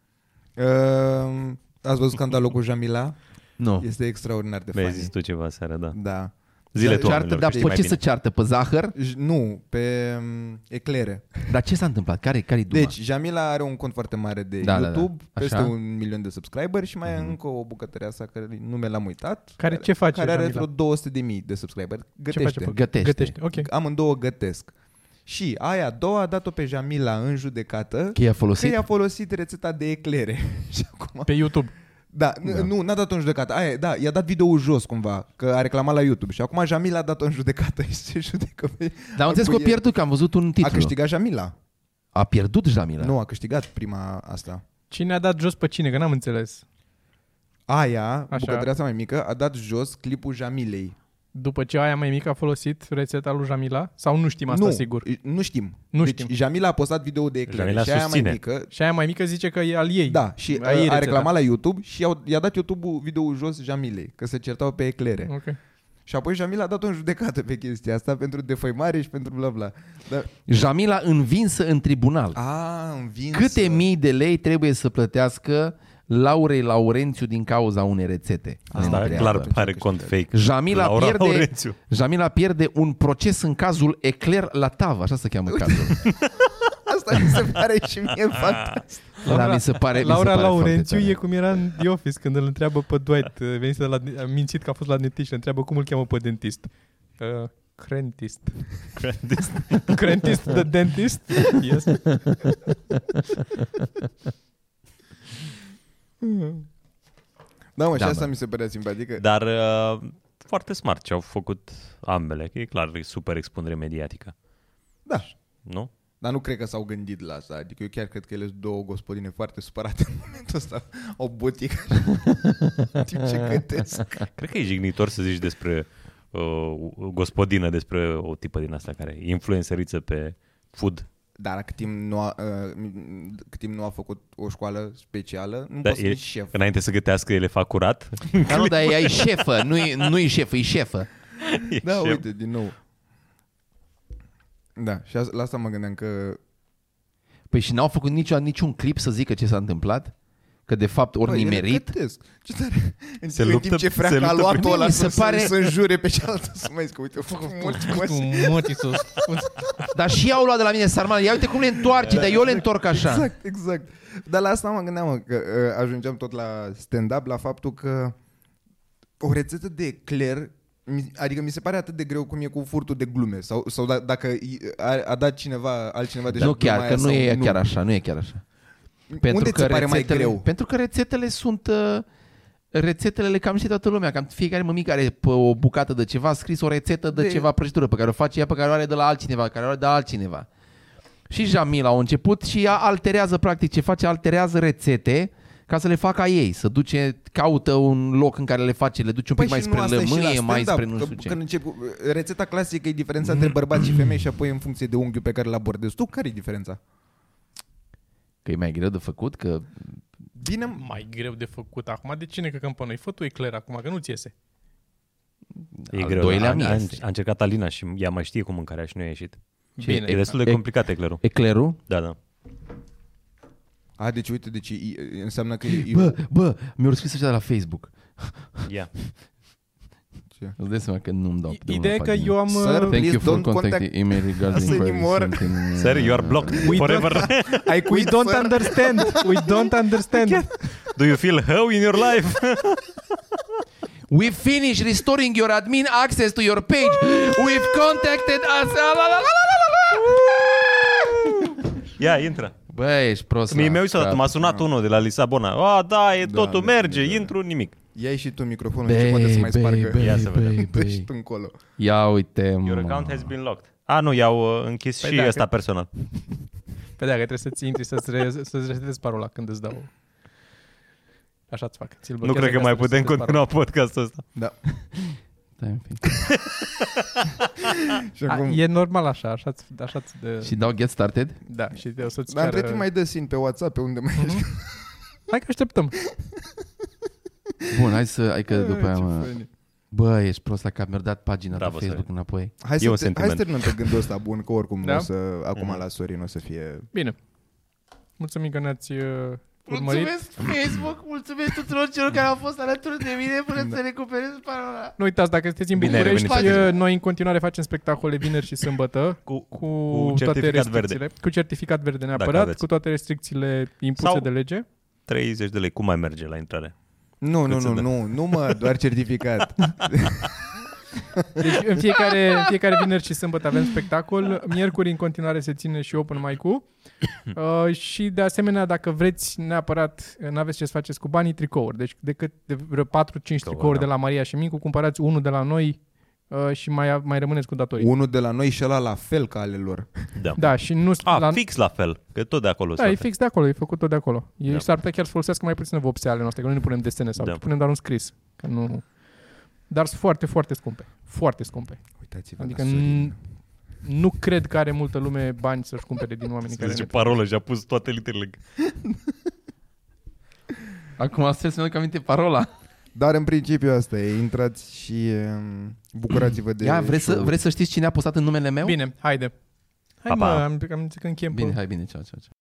C: tine. Uh, Ați văzut scandalul cu Jamila?
B: Nu.
C: Este extraordinar de
A: Oh. Mi-ai
C: funny.
A: zis tu ceva seara, da.
C: Da.
A: Zile tu,
B: Ceartă,
A: oamenilor,
B: dar pe
A: știi mai
B: ce să
A: bine.
B: ceartă? Pe zahăr?
C: J- Nu, pe um, eclere.
B: Dar ce s-a întâmplat? Care, care-i duma?
C: Deci, Jamila are un cont foarte mare de
B: Da, da, da.
C: YouTube,
B: Așa. Mhm.
C: peste un milion de subscriberi și mai e încă o bucătărea sa care nume l-am uitat.
D: Care ce face,
C: Care are
D: Jamila?
C: vreo 200 de mii de subscriberi.
D: Ce face?
C: Gătește.
D: pe-
B: Gătește.
D: Gătește, ok.
C: Amândouă gătesc. Și aia a doua a dat-o pe Jamila în judecată
B: Că i-a
C: că
B: folosit?
C: i-a folosit rețeta de eclere. și acum...
D: Pe YouTube.
C: Da, da,
B: Da.
C: nu, n-a dat-o în judecată. Aia, e, da, i-a dat videoul jos cumva, că a reclamat la YouTube. Și acum Jamila a dat-o în judecată și se judecă pe...
B: Dar am înțeles că
C: Cu
B: a
C: el.
B: pierdut, că am văzut un titlu.
C: A câștigat Jamila.
B: A pierdut Jamila.
C: Da. Nu, a câștigat prima asta.
D: Cine a dat jos pe cine? Că n-am înțeles.
C: Aia,
D: Așa.
C: Așa. bucătăria sa mai mică, a dat jos clipul Jamilei.
D: După ce aia mai mică a folosit rețeta lui Jamila? Sau nu știm asta
C: nu,
D: sigur?
C: e- Nu știm.
D: Nu
C: deci
D: știm.
C: Jamila a postat video de eclere
A: Jamila
C: și aia
A: susține.
C: mai mică.
D: Și aia mai mică zice că e al ei.
C: Da, și
D: A
C: a,
D: ei
C: a
D: rețeta.
C: reclamat la YouTube și i-au- i-a dat YouTube-ul videoul jos Jamilei, că se certau pe eclere.
D: Ok.
C: Și apoi Jamila a dat-o în judecată pe chestia asta pentru defăimare și pentru bla bla. Dar,
B: Jamila învinsă în tribunal.
C: a, învins.
B: Câte mii de lei trebuie să plătească Laurei Laurențiu din cauza unei rețete? Ne
A: Asta
B: întreabă.
A: clar pare cont fake.
B: Jamila
A: Laura
B: pierde,
A: Laurențiu.
B: Jamila pierde un proces în cazul Ecler la tavă, așa se cheamă cazul.
C: Asta mi se pare și mie
D: Da.
C: fantastic.
B: Dar Da, mi se pare, mi se
D: Laura
B: pare foarte
D: Laurențiu
B: tare.
D: e cum era în The Office când îl întreabă pe Dwight, uh, venise de la, a mințit că a fost la dentist, și îl întreabă cum îl cheamă pe dentist. Uh, crentist. Crentist the dentist? Yes.
C: Da, mă, și
B: Da,
C: asta
B: bă.
C: mi se părea simpatică. Da.
A: Dar uh, foarte smart ce au făcut ambele, că e clar, e super expunere mediatică,
C: da.
A: nu?
C: Dar nu cred că s-au gândit la asta. Adică eu chiar cred că ele sunt două gospodine foarte supărate în momentul ăsta. O butică. Știu ce gândesc.
A: Cred că e jignitor să zici despre uh, o gospodină, despre o tipă din asta care e influenceriță pe food.
C: Dar cât timp, nu a, uh, m- cât timp nu a făcut o școală specială, nu da,
A: Da,
C: poți să
A: e-
C: fii șef.
A: Înainte să gătească, ele fac curat.
B: Dar nu, dar ea e șefă, nu e, nu e șefă, e șefă.
A: E
C: Da,
A: șef.
C: uite, din nou. Da, și asta, la asta mă gândeam că...
B: Păi și n-au făcut nicio, niciun clip să zică ce s-a întâmplat? Că de fapt ori
C: Bă, ele
B: nimerit?
C: gâtesc. Ce tare. În,
A: Se
C: se luptă, în
A: luptă-
C: timp ce
A: se
C: freacă a
A: luptă
C: luat-o
B: prin-
C: ăla
B: Mi se
C: să
B: pare-
C: pare... să înjure pe cealaltă să mai zic, uite, eu fac mulți măsi.
D: Moții sus.
B: Dar și ea au luat de la mine sarmale. Ia uite cum le întoarce, dar eu le întorc așa.
C: Exact, exact. Dar la asta mă gândeam mă, că uh, ajungeam tot la stand-up, la faptul că o rețetă de ecler, mi- adică mi se pare atât de greu cum e cu furtul de glume sau, sau da, dacă i- a, a dat cineva altcineva deja
B: Deci, nu
C: gluma
B: chiar, că
C: aia
B: nu
C: Exact. sau
B: e chiar așa, nu e chiar așa.
C: Unde ți se pare mai
B: rețetele-
C: greu?
B: Pentru că rețetele sunt... uh, Rețetele le cam știe toată lumea, cam fiecare mămică are pe o bucată de ceva, a scris o rețetă de,
C: De-
B: de ceva prăjitură pe care o face ea, pe care o are de la altcineva, care o are de la altcineva. Și Jamila au început și ea alterează practic ce face, alterează rețete ca să le facă a ei, să duce, caută un loc în care le face, le duce un pic mai
C: Păi și
B: spre
C: nu asta e și la
B: lămâie, mai
C: stand-up,
B: spre nu
C: că-
B: știu ce.
C: Când începi, cu- rețeta clasică e diferența între bărbați și femei și apoi în funcție de unghiul pe care îl abordezi tu, care e diferența?
B: Că e mai greu de făcut, că
C: Bine,
D: Mai greu de făcut acum. De cine căcăm pe noi? Fă tu ecler acum, că nu-ți iese.
A: E
B: Al
A: greu.
B: doilea
A: a,
B: mie
A: a,
B: este.
A: a încercat Alina și ea mai știe cum mâncarea și nu a ieșit.
B: Ce
A: E
D: Bine.
A: destul de
B: E-
A: complicat eclerul.
B: eclerul
A: Da, da.
C: a, deci uite, deci e- e- înseamnă că e...
B: Bă, bă, mi-au scris așa de la Facebook.
A: Ia.
C: Ce?
B: Îți dai seama că nu-mi dau de
D: Ideea e
B: mâna
D: că
B: pagină.
D: eu am...
C: Sir,
D: uh,
B: Thank you
C: Please
B: for
C: don't
B: contacting
C: contact
B: email
C: us
B: regarding
C: anymore.
A: Sir, you
B: Mm.
A: are blocked
D: We
A: forever.
C: Ai
D: We don't
C: sir?
D: understand. We don't understand.
A: Do you feel hell in your life?
B: We finish restoring your admin access to your page. We've contacted us. La, la, la, la, la, la, la.
A: Ia, intră.
B: Bă, ești prost. da.
A: Mie
B: la
A: mi-a uitat,
B: cap.
A: m-a sunat unul de la Lisabona. A, da, e
C: Da,
A: totul
C: da,
A: merge,
C: da, da.
A: intru, nimic.
C: Ia și tu microfonul și
B: Bei,
C: ce poate să mai
B: bei,
C: spargă.
B: bei,
A: Ia să vedem.
B: bei, bei.
C: Deci tu încolo.
B: Ia uite,
A: Your
B: mă.
A: account has been locked. A, nu, i-au uh, închis
D: Păi
A: și
D: da,
A: ăsta
D: că-
A: personal.
D: Pe dacă Păi da, trebuie să-ți intri, să-ți, re- să-ți resetezi parola când îți dau. Așa ți fac. Ți-l
A: Nu
D: blochează
A: cred că
D: ca
A: mai
D: să
A: putem
D: resetezi parola.
A: continua podcastul ăsta.
C: Da.
B: Stai un pic.
C: Și acum...
D: A, e normal așa, așa, ți- așa ți de...
B: Și dau get started?
D: Da, și o să-ți
C: Dar între
D: ceară-
C: timp mai dă sin pe WhatsApp, pe unde mai
D: Mhm.
C: ești.
D: Hai că așteptăm.
B: Bun, hai să... Hai că după aia,
C: Ce
B: mă.
C: fain e.
B: Bă, ești prost la cap. Mi-au dat pagina
A: Bravo,
B: de Facebook
A: Sorin.
B: înapoi.
C: Hai
A: E un
C: să, te, hai
A: sentiment.
C: să terminăm pe gândul ăsta bun, că oricum da?
D: Da?
C: o să, acum
A: Mhm.
C: la Sorin o să fie...
D: Bine. Mulțumim că ne-ați uh, urmărit.
B: Mulțumesc Facebook, mulțumesc tuturor celor care au fost alături de mine până să recuperez parola.
D: Nu uitați, dacă sunteți în
A: Bine ai
D: București,
A: revenit,
D: uh,
A: Sorin.
D: noi în continuare facem spectacole vineri și sâmbătă
A: Cu,
D: cu,
A: cu
D: toate
A: certificat
D: restricțiile.
A: verde.
D: Cu certificat verde neapărat,
A: aveți.
D: cu toate restricțiile impuse
A: Sau-
D: de lege.
A: 30 de lei, cum mai merge la intrare?
C: Nu, nu,
A: Cât
C: nu,
A: să dă?
C: nu, nu mă, doar certificat.
D: Păi. Deci în fiecare, în fiecare vineri și sâmbătă avem spectacol. Miercuri în continuare se ține și open mic cu. Uh, și de asemenea, dacă vreți neapărat, uh, n-aveți ce să faceți cu banii, tricouri. Deci decât de vreo 4-5 tricouri
A: da.
D: de la Maria și Mincu, cumpărați unul de la noi uh, și mai, mai rămâneți cu datorii.
C: Unul de la noi și ăla la fel ca ale lor.
A: Da.
D: Da, și nu...
A: A,
D: la,
A: fix la fel, că tot de acolo.
D: da, e fix de acolo, e făcut tot de acolo. Ei
A: Da.
D: da. s-ar putea chiar să folosească mai puține vopse ale noastre, că noi nu punem desene sau
A: Da.
D: da. punem doar un scris. Că nu... Dar sunt foarte, foarte scumpe. Foarte scumpe.
A: Da,
C: Uitați-vă
D: Adică
C: la
D: n-
C: Sorin.
D: nu cred că are multă lume bani să-și cumpere din oamenii care...
A: Zice parolă și a pus toate literele.
B: Acum astfel să-mi aduc aminte parola.
C: Dar în principiu asta e, intrați și um, bucurați-vă de...
B: Ia, vreți să,
C: show-uri.
B: vreți să știți cine a postat în numele meu?
D: Bine, haide. Hai
A: Pa,
D: mă,
A: "Păi, pa.
D: am, am zis că încheiem
B: Bine,
D: pe...
B: hai, bine, ceau, ceau, ceau.